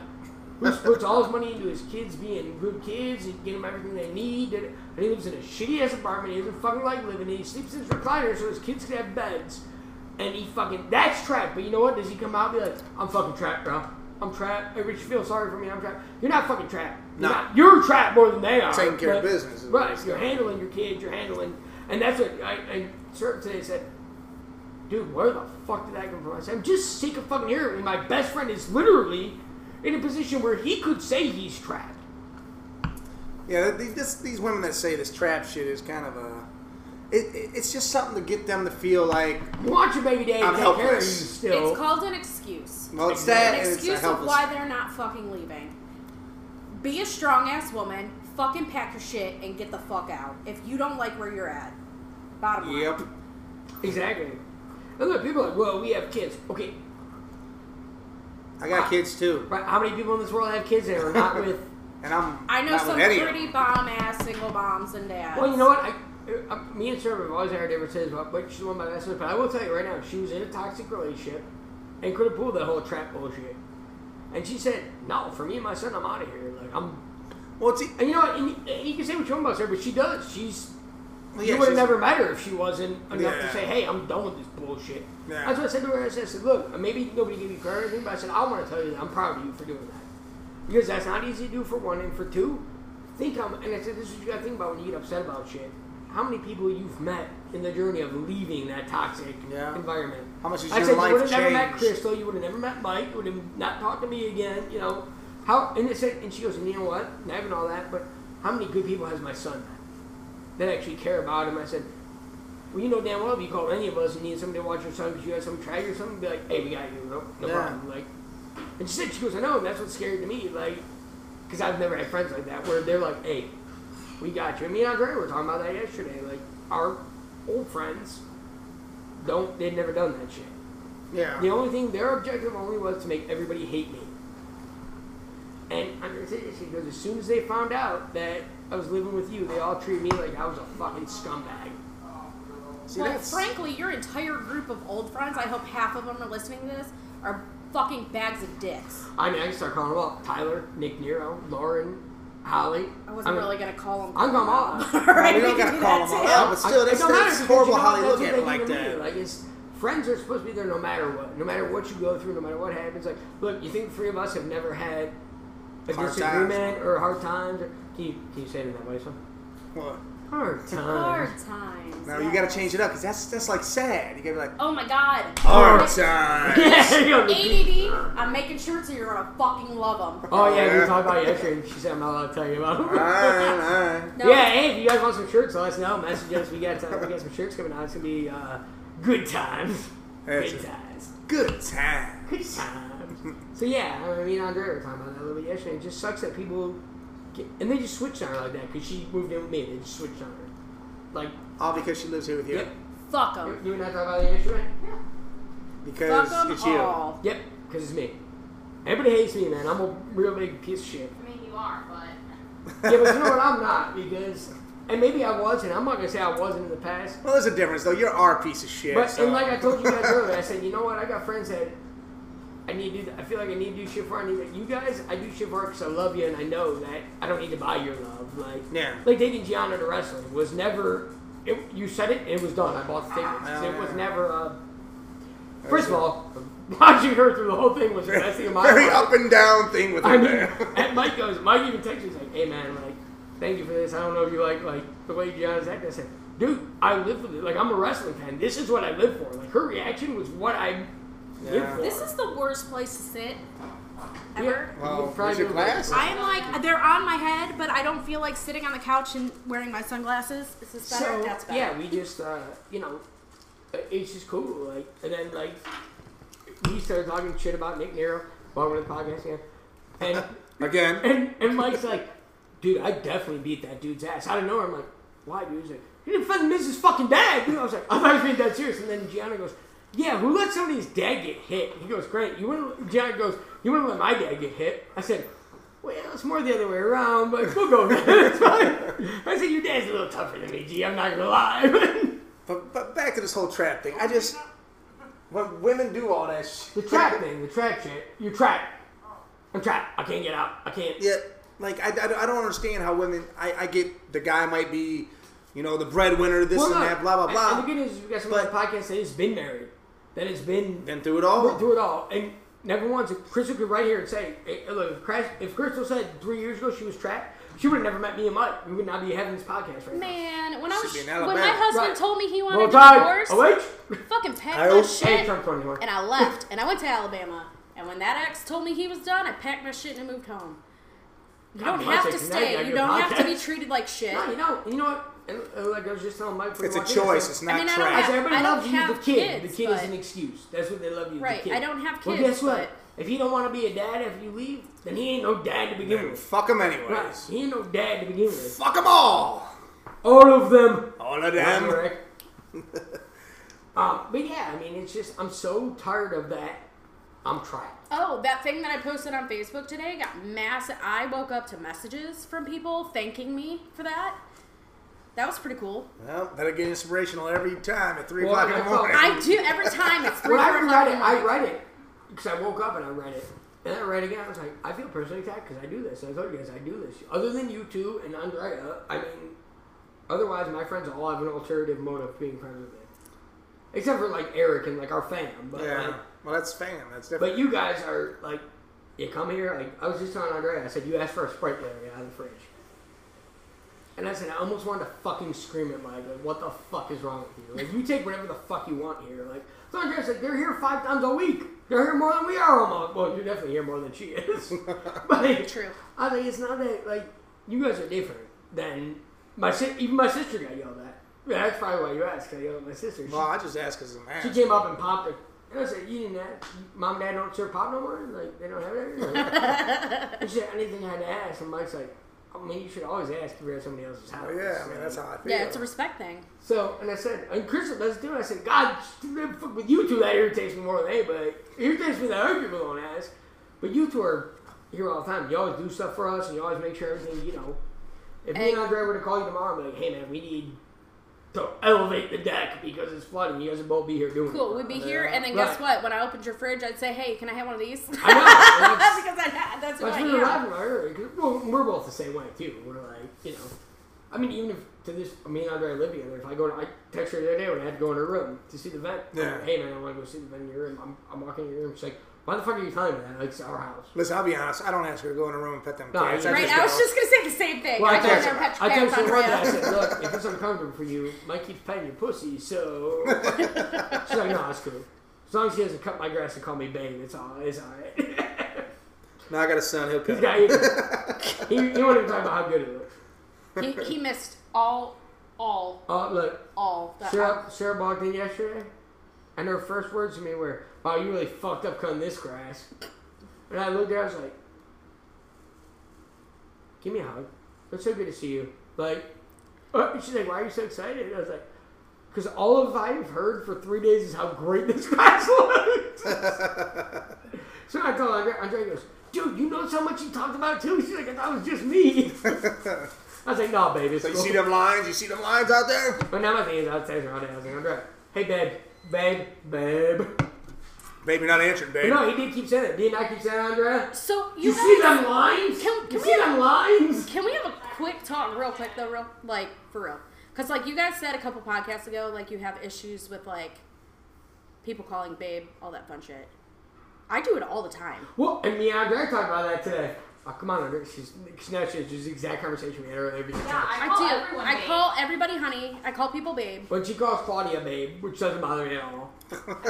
S5: who puts all his money into his kids being good kids and getting them everything they need. And and he lives in a shitty ass apartment. He doesn't fucking like living. in. He sleeps in his recliner so his kids can have beds. And he fucking that's trapped. But you know what? Does he come out and be like, I'm fucking trapped, bro. I'm trapped. Everybody should feel sorry for me. I'm trapped. You're not fucking trapped. You're,
S2: No.
S5: not, you're trapped more than they are.
S2: Taking care of
S5: but-
S2: business is what
S5: Right.
S2: it's
S5: You're handling your kids. You're handling, and that's what I. And certain today said, "Dude, where the fuck did that come from?" I said, "I'm just sick of fucking hearing. it. My best friend is literally in a position where he could say he's trapped."
S2: Yeah, th- these, this, these women that say this trap shit is kind of a. it, it, it's just something to get them to feel like
S5: You want your baby daddy
S2: I'm
S5: to take care of you
S2: helpless.
S5: still.
S6: It's called an excuse.
S2: well, it's
S6: An
S2: that and it's a
S6: excuse of
S2: helpless.
S6: why they're not fucking leaving. Be a strong ass woman. Fucking pack your shit and get the fuck out. If you don't like where you're at, bottom line.
S2: Yep.
S5: exactly. And look, people are like, well, we have kids. Okay,
S2: I got kids too,
S5: right, how many people in this world have kids that are not with?
S2: and I'm
S6: I know
S2: not
S6: some
S2: with any of
S6: pretty
S2: them.
S6: bomb ass single moms and dads.
S5: Well, you know what? I, I, me and Sarah have always had our differences, but, but she's one of my best friends. But I will tell you right now, she was in a toxic relationship and could have pulled that whole trap bullshit. And she said, "No, for me and my son, I'm out of here. Like I'm."
S2: Well, it's,
S5: And you know what? And, and you can say what you want about her, but she does. She's
S2: well,
S5: you
S2: yeah,
S5: would have
S2: she's-
S5: never met her if she wasn't enough to
S2: Yeah.
S5: say, "Hey, I'm done with this bullshit."
S2: Yeah.
S5: That's what I said to her. I said, I said, "Look, maybe nobody gave you credit or anything, but I said I want to tell you that I'm proud of you for doing that because that's not easy to do for one, and for two, think how." m- And I said, "This is what you got to think about when you get upset about shit. How many people you've met in the journey of leaving that toxic
S2: Yeah.
S5: environment?
S2: How much has
S5: I
S2: your
S5: said you
S2: life
S5: would have never met
S2: changed?"
S5: Crystal. You would have never met Mike. You would have not talked to me again. You know how?" And it said, and she goes, "And "You know what? Not even all that, but how many good people has my son met?" that actually care about him. I said, well, you know damn well if you call any of us and need somebody to watch your son because you had some tragedy or something, be like, hey, we got you, no, no
S2: Yeah.
S5: problem. Like, and she said, she goes, I know, and that's what's scary to me, like, because I've never had friends like that where they're like, hey, we got you. And me and Andre were talking about that yesterday. Like, our old friends don't, they've never done that shit.
S2: Yeah.
S5: The only thing, their objective only was to make everybody hate me. And I'm gonna say this because as soon as they found out that I was living with you, they all treated me like I was a fucking scumbag.
S2: See,
S6: Well,
S2: that's-
S6: frankly, your entire group of old friends, I hope half of them are listening to this, are fucking bags of dicks.
S5: I mean, I can start calling them all Tyler, Nick Nero, Lauren, Holly.
S6: I wasn't
S5: mean,
S6: really gonna call them.
S5: I'm calling them all out.
S2: we don't gotta call them all out, but still,
S5: I-
S2: that's,
S5: it don't matter
S2: that's
S5: because
S2: horrible
S5: you know
S2: how
S5: what?
S2: they look
S5: That's what
S2: at it
S5: do
S2: like
S5: to me.
S2: that.
S5: Like it's friends are supposed to be there no matter what, no matter what you go through, no matter what happens. Like, look, you think the three of us have never had a
S2: Hard times.
S5: disagreement or hard times? Or, can you can you say it in that way, son?
S2: Well,
S5: Hard times.
S6: Hard times.
S2: now you
S6: yes.
S2: gotta change it up because that's that's like sad. You gotta be like
S6: Oh my god.
S2: hard time.
S5: Yeah, you know, the-
S6: ADD. I'm making shirts, and you're gonna fucking love them.
S5: Oh yeah, we talked about it yesterday. and She said I'm not allowed to tell you about them.
S2: all right, all right.
S6: No,
S5: Yeah, hey, if you guys want some shirts, let us know. Message us. We got uh, we got some shirts coming out. It's gonna be uh, good times.
S2: That's
S5: good
S2: it.
S5: times.
S2: Good time.
S5: Good times. so yeah, I mean, me and Andre were talking about that a little bit yesterday. It just sucks that people get, and they just switched on her like that because she moved in with me. They just switched on her. Like,
S2: All because she lives here with you.
S5: yep.
S6: Fuck
S5: You-
S6: them.
S5: You and I talked about that yesterday.
S2: Because
S6: Fuck them
S2: it's you.
S6: all.
S5: Yep, because it's me. Everybody hates me, man. I'm a real big piece of shit.
S8: I mean, you are, but.
S5: yeah, but you know what? I'm not because, and maybe I was, and I'm not gonna say I wasn't in the past.
S2: Well, there's a difference though. You're our piece of shit.
S5: But
S2: so-
S5: and like I told you guys earlier, I said, you know what? I got friends that I need to. do I feel like I need to do shit for. I need that. You guys, I do shit for because I love you, and I know that I don't need to buy your love. Like,
S2: Yeah.
S5: like taking Gianna to wrestling was never. It, you said it, and it was done. I bought the tickets.
S2: Yeah,
S5: it was
S2: yeah.
S5: never. Uh, first of all, watching her through the whole thing was the best thing of my
S2: very
S5: life.
S2: up and down thing with her.
S5: I mean,
S2: there.
S5: and Mike goes, Mike even texts me he's like, "Hey man, like, thank you for this. I don't know if you like like the way Gianna's acting." I said, "Dude, I live for this. Like, I'm a wrestling fan. This is what I live for." Like, her reaction was what I live
S2: Yeah.
S5: for.
S6: This is the worst place to sit ever.
S2: well,
S5: Friday
S2: where's your
S5: night.
S2: class?
S6: I am like they're on my head, but I don't feel like sitting on the couch and wearing my sunglasses. This is better.
S5: so
S6: That's better.
S5: yeah, we just uh, you know, uh, it's just cool. Like, and then like he started talking shit about Nick Nero while we're on the podcast again, and.
S2: Again.
S5: And, and Mike's like, dude, I definitely beat that dude's ass. I don't know. I'm like, why, dude? He's like, he didn't fucking miss his fucking dad. Dude. I was like, I thought he was being dead serious. And then Gianna goes, yeah, who let somebody's dad get hit? He goes, great. You wouldn't. Gianna goes, you wouldn't let my dad get hit. I said, well, it's more the other way around, but we'll go with it. It's fine. I said, your dad's a little tougher than me, G. I'm not gonna lie.
S2: But, but back to this whole trap thing. I just when women do all that
S5: the
S2: shit.
S5: trap thing, the trap shit. You're trapped. I'm trapped. I can't get out. I can't.
S2: Yeah, like I, I, I don't understand how women. I, I get the guy might be, you know, the breadwinner, this and
S5: no.
S2: that, blah blah
S5: And-
S2: blah.
S5: And the good news is we got someone on the podcast that has been married, that has been
S2: Been through it all.
S5: through it all, and never once. If Crystal could right here and say, hey, "Look, if, Crash, if Crystal said three years ago she was trapped, she would have never met me and Mike. We would not be having this podcast right now."
S6: Man, when I was
S2: Should be in
S6: when my
S2: Alabama.
S6: husband
S5: Right.
S6: told me he wanted
S5: Roll
S6: a
S5: Tide.
S6: divorce,
S5: Awake.
S6: fucking packed
S2: I
S6: my
S2: hope-
S6: shit
S5: Hey, Trump 21.
S6: and I left and I went to Alabama. And when that ex told me he was done, I packed my shit and I moved home. You
S5: God,
S6: don't
S5: Monte,
S6: have to
S5: tonight I
S6: stay.
S5: got
S6: You
S5: your
S6: don't have to be
S5: podcast.
S6: treated like shit.
S5: No, you know, you know what? And, uh, like I was just telling Mike,
S2: It's a
S5: I think I
S2: choice.
S5: said-
S2: It's
S6: I
S2: not
S6: mean, I don't
S5: I
S2: trash.
S5: said, everybody
S6: I don't
S5: loves you, the kid.
S6: have kids,
S5: the kid is
S6: but-
S5: an excuse. That's what they love you,
S6: Right,
S5: the kid.
S6: I don't have
S5: Well,
S6: kids,
S5: guess what?
S6: but-
S5: If he don't want to be a dad after you leave, then he ain't no dad to begin with.
S2: Fuck them
S5: Right.
S2: anyways.
S5: He ain't no dad to begin with.
S2: Fuck them all.
S5: All of them.
S2: All of
S5: That's
S2: them.
S5: correct. um, but yeah, I mean, it's just I'm so tired of that. I'm trapped.
S6: Oh, that thing that I posted on Facebook today got mass. I woke up to messages from people thanking me for that. That was pretty cool.
S2: Well, better get inspirational every time at three
S5: Well,
S2: o'clock in the
S5: that's all.
S2: morning.
S6: I do every time. It's three
S5: When I
S6: four o'clock
S5: read
S6: in
S5: it,
S6: the
S5: I
S6: morning.
S5: read it because I woke up and I read it, and I read it again. I was like, I feel personally attacked because I do this. And I told you guys I do this. Other than you two and Andrea, I mean, otherwise my friends all have an alternative mode of being friends with me, except for like Eric and like our fam. But
S2: Yeah.
S5: like,
S2: Well, that's fam. That's different.
S5: But you guys are like, you come here. Like I was just telling Andrea, I said you asked for a sprite the other day out of the fridge, and I said I almost wanted to fucking scream at Mike, like, what the fuck is wrong with you? Like you take whatever the fuck you want here. Like so Andrea's like they're here five times a week. They're here more than we are almost. Well, you're definitely here more than she is. but like,
S6: True.
S5: I was like, it's not that like you guys are different than my si- even my sister got yelled at. Yeah, that's probably why you asked. 'cause I yelled at my sister. She
S2: well, I just asked because I'm
S5: she
S2: asked.
S5: came up and popped it. And I said, You didn't have, mom and dad don't serve pop no more? Like, they don't have it anymore? and she said, Anything I had to ask. And Mike's like, I mean, you should always ask if you're at somebody else's house.
S2: Oh, Yeah, I mean, that's how I feel.
S6: Yeah, it's a respect thing.
S5: So, and I said, And Crystal does do it. I said, God, the fuck with you two, that irritates me more than anybody. It irritates me that other people don't ask. But you two are here all the time. You always do stuff for us and you always make sure everything, you know. If me and
S6: And-
S5: Andre were to call you tomorrow and be like, Hey, man, we need to elevate the deck because it's flooding. You guys will both be here doing it.
S6: Cool. We'd be here, and then guess what? When I opened your fridge, I'd say, "Hey, can I have one of these?" because
S5: I know. and that's-
S6: I, that's what
S5: That's
S6: I
S5: what we're
S6: am.
S5: laughing about earlier. 'cause- Well, we're both the same way too. We're like, you know, I mean, even if to this, me and Andre live together. If I go, to, I text her the other day when I had to go in her room to see the vent. I'm like,
S2: Yeah.
S5: hey man, I want to go see the vent in your room. I'm, I'm walking in your room. She's like, why the fuck are you telling me that? Like, it's our house.
S2: Listen, I'll be honest. I don't ask her to go in a room and pet them
S5: No,
S2: cats.
S5: you-
S6: Right. I was just gonna say the same thing. I don't
S5: text
S6: never
S5: her.
S6: catch
S5: I
S6: cats
S5: text her
S6: on
S5: one day. I
S6: Reddit.
S5: said, look, if it's uncomfortable for you, Mike keeps petting your pussy, so she's like, no, it's cool. As long as he doesn't cut my grass and call me babe, it's all, it's all right.
S2: Now I got a son. He'll pet
S5: This
S2: them.
S5: guy, he, he won't even talk about how good it looks.
S6: He, he missed all, all,
S5: Oh, look,
S6: all. That
S5: Sarah, Sarah walked in yesterday, and her first words to me were, "Wow, you really fucked up cutting this grass." And I looked at her, I was like, "Give me a hug. It's so good to see you." Like, uh, and she's like, "Why are you so excited?" And I was like, "Cause all of I've heard for three days is how great this grass looks." so I told Andre, Andre goes, "Dude, you notice how much you talked about it too?" She's like, "I thought it was just me." I was like, "No, baby." It's
S2: So you
S5: cool."
S2: see them lines? You see them lines out there?
S5: But now my thing is, I was texting her all day. I was like, Andrea, hey, babe, babe, babe.
S2: Baby, not answering,
S5: But
S2: babe.
S5: no, he did keep saying it. Did he not keep saying it, Andrea?
S6: So you,
S5: You, see
S6: guys-
S5: them lines?
S6: Can-
S5: you
S6: can
S5: see
S6: we-
S5: them lines?
S6: Can we have a quick talk, real quick though, real like for real? Because like you guys said a couple podcasts ago, like you have issues with like people calling babe, all that fun shit. I do it all the time.
S5: Well, and me and Andrea talked about that today. Oh, come on, Andrea. She's, she's now she's just the exact conversation we had earlier. every time.
S8: Yeah, I
S6: I
S8: call
S6: do.
S8: everyone
S6: I
S8: babe.
S6: call everybody honey. I call people babe.
S5: When she calls Claudia babe, which doesn't bother me at all.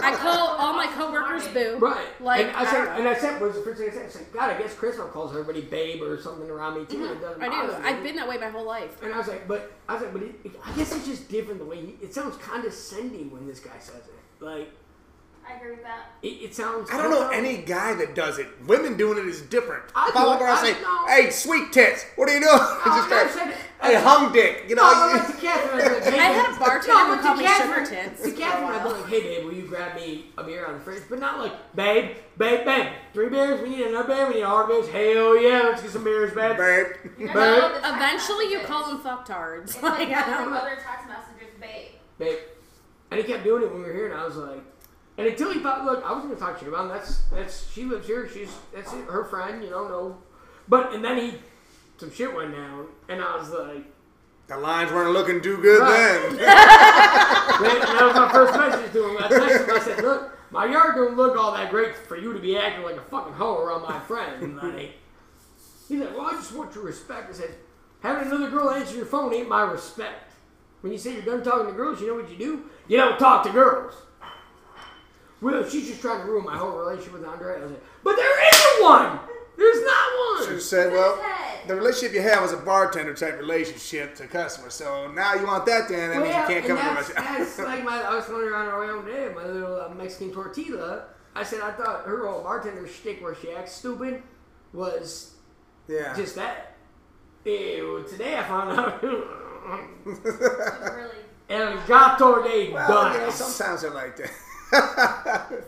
S6: I call all my coworkers boo.
S5: Right.
S6: Like
S5: and I
S6: I,
S5: said,
S6: don't
S5: and
S6: know.
S5: I said, what was the first thing I said? I said, God, I guess Crystal calls everybody babe or something around me too. and It doesn't
S6: Mm-hmm. I do.
S5: bother me.
S6: I've been that way my whole life.
S5: And I was like, but I was like, but it, it- I guess it's just different the way he, it sounds condescending when this guy says it. Like
S8: I agree with that.
S5: it, it sounds.
S2: I don't know any guy that does it. Women doing it is different.
S5: I
S2: if I walk
S5: do it.
S2: around
S5: I
S2: and say,
S5: know.
S2: hey, sweet tits, what are you doing?
S5: No,
S2: Just
S5: no, I
S2: that,
S5: said-
S2: hey, hung dick. You know,
S5: No, I
S2: you-
S5: went to Catherine. I, was like, hey,
S6: I had a
S5: babe.
S6: bartender
S5: No, I went
S6: who called
S5: to
S6: me sugar
S5: Catherine-
S6: tits
S5: To
S6: for a
S5: Catherine, I'd be
S6: while.
S5: like, hey babe, will you grab me a beer out of the fridge? But not like, babe, babe, babe, three beers. We need another beer. We need a hard beer. Hell yeah, let's get some beers, babe.
S2: babe.
S8: You guys
S5: Babe.
S8: all know the text
S6: Eventually, you
S8: messages.
S6: call them fucktards.
S8: It's
S6: Like, I
S8: like that's
S6: don't
S8: some
S6: know.
S8: other text messages, babe.
S5: babe. And he kept doing it when we were here, and I was like, and until he thought, look, I was gonna talk to your mom. That's that's she lives here. She's that's it, her friend. You don't know, but and then he some shit went down, and I was like,
S2: The lines weren't looking too good
S5: Right.
S2: then.
S5: that, that was my first message to him. I texted him. I said, look, my yard don't look all that great for you to be acting like a fucking hoe around my friend. Like, he's like, well, I just want your respect. I said, having another girl answer your phone ain't my respect. When you say you're done talking to girls, you know what you do? You don't talk to girls. Well, she's just trying to ruin my whole relationship with Andrea. I was like, but there isn't one. There's not one.
S2: She said, well,
S8: Said,
S2: the relationship you have is a bartender type relationship to customers. So now you want that, then that means you can't
S5: and
S2: come to the
S5: that's, that's
S2: restaurant.
S5: like my. I was going around our own day, my little uh, Mexican tortilla. I said I thought her old bartender shtick where she acts stupid was
S2: yeah.
S5: just that. Ew, today I found out
S8: really.
S5: El Gato de
S2: well, you know,
S5: Dice.
S2: sometimes they're like that.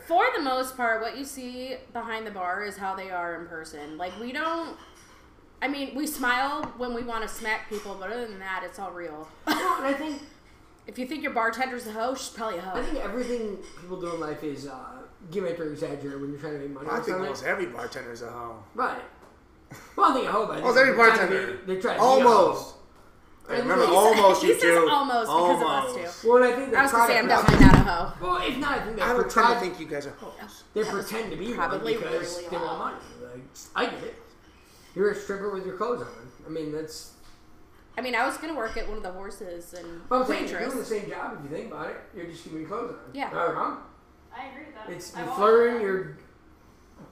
S6: For the most part, what you see behind the bar is how they are in person. Like we don't. I mean, we smile when we want to smack people, but other than that, it's all real.
S5: No, and I think
S6: if you think your bartender's a hoe, she's probably a
S5: I
S6: hoe.
S5: think everything people do in life is uh, gimmick or exaggerate when you're trying to make money.
S2: I
S5: or
S2: think
S5: something.
S2: almost every bartender is a hoe.
S5: Right. Well, I think a whole bunch.
S2: Almost every
S5: They're trying to
S2: bartender.
S5: be- They're trying to be a hoe.
S2: Almost.
S5: And
S2: remember
S5: they-
S6: He said-
S2: almost
S6: He
S2: you
S6: says
S2: do.
S6: almost because of us
S2: Almost.
S6: two.
S5: Well, and I think they
S6: I was gonna
S5: try
S6: say
S5: to
S6: I'm
S5: pretend-
S6: definitely not a hoe.
S5: Well, if not, I think
S2: I
S5: they
S2: would tend
S5: pretend
S2: to think you guys are
S6: Oh,
S2: hoes.
S5: they pretend to be
S6: Probably
S5: one because
S6: really
S5: they want
S6: loud.
S5: money. Like, I get it. You're a stripper with your clothes on. I mean, that's.
S6: I mean, I was gonna work at one of the horses and
S5: But I'm saying you're doing the
S6: waitress.
S5: same job if you think about it. You're just keeping your clothes on.
S6: Yeah.
S5: Not wrong.
S8: I agree with that.
S5: It's
S8: I've
S5: you're
S8: always
S5: flirting.
S8: thought-
S5: You're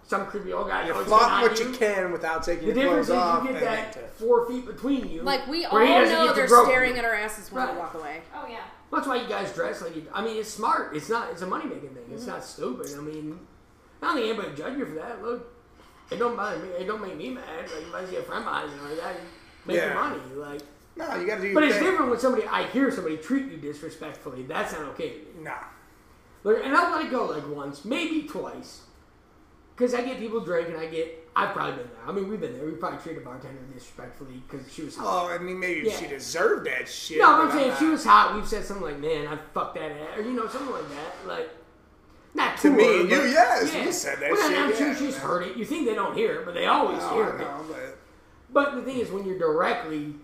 S5: some creepy old guy.
S2: You
S5: knows
S2: flaunt
S5: behind
S2: what you can without taking
S5: Oh, The
S2: your
S5: difference
S2: clothes
S5: is
S2: off.
S5: you get
S2: and-
S5: that four feet between you.
S6: Like we all
S5: where he doesn't
S6: know
S5: get to
S6: they're
S5: grope
S6: staring
S5: you.
S6: at our asses when
S5: Right.
S6: we walk away.
S8: Oh yeah.
S5: That's why you guys dress like you. I mean, it's smart. It's not. It's a money making thing.
S2: Mm-hmm.
S5: It's not stupid. I mean, I don't think anybody judge you for that. Look, it don't bother me. It don't make me mad. Like if I see a friend behind me like that, make
S2: Yeah.
S5: your money. Like,
S2: no, you gotta do your
S5: but it's
S2: thing.
S5: different when somebody. I hear somebody treat you disrespectfully. That's not okay. to me.
S2: Nah.
S5: Like, and I'll let it go like once, maybe twice, because I get people drinking. I get. I've probably been there. I mean, we've been there. We probably treated a bartender disrespectfully because she was. hot.
S2: Oh, I mean, maybe
S5: Yeah.
S2: she deserved that shit.
S5: No, but I'm
S2: but
S5: saying if she
S2: not-
S5: was hot, we've said something like, "Man, I fucked that ass," or you know, something like that. Like, not
S2: To
S5: her,
S2: me and
S5: but-
S2: you, yes, you said that
S5: Well,
S2: shit,
S5: I'm
S2: yeah.
S5: sure she's heard it. You think they don't hear it, but they always
S2: No,
S5: hear
S2: I
S5: it.
S2: know, but
S5: But the thing is, when you're directly,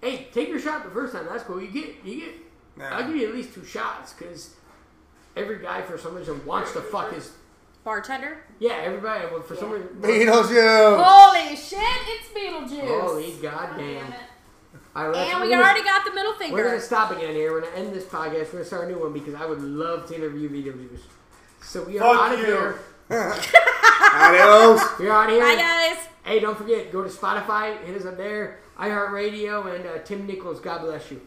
S5: hey, take your shot the first time. That's cool. You get, you get.
S2: Yeah.
S5: I'll give you at least two shots because every guy for some reason wants to fuck his.
S6: Bartender.
S5: Yeah, everybody well, for some reason.
S2: Beatles, you.
S6: Holy shit! It's Beetlejuice.
S5: Holy
S8: God damn
S5: goddamn!
S8: it.
S5: I left.
S6: and we
S5: we're gonna-
S6: already got the middle finger.
S5: We're gonna stop again here. We're gonna end this podcast. We're gonna start a new one because I would love to interview Beetlejuice. So we are
S2: Fuck
S5: out of
S2: you.
S5: here.
S2: Adios.
S5: We are out of here.
S6: Bye guys.
S5: Hey, don't forget, go to Spotify, hit us up there, iHeartRadio, and uh, Tim Nichols. God bless you.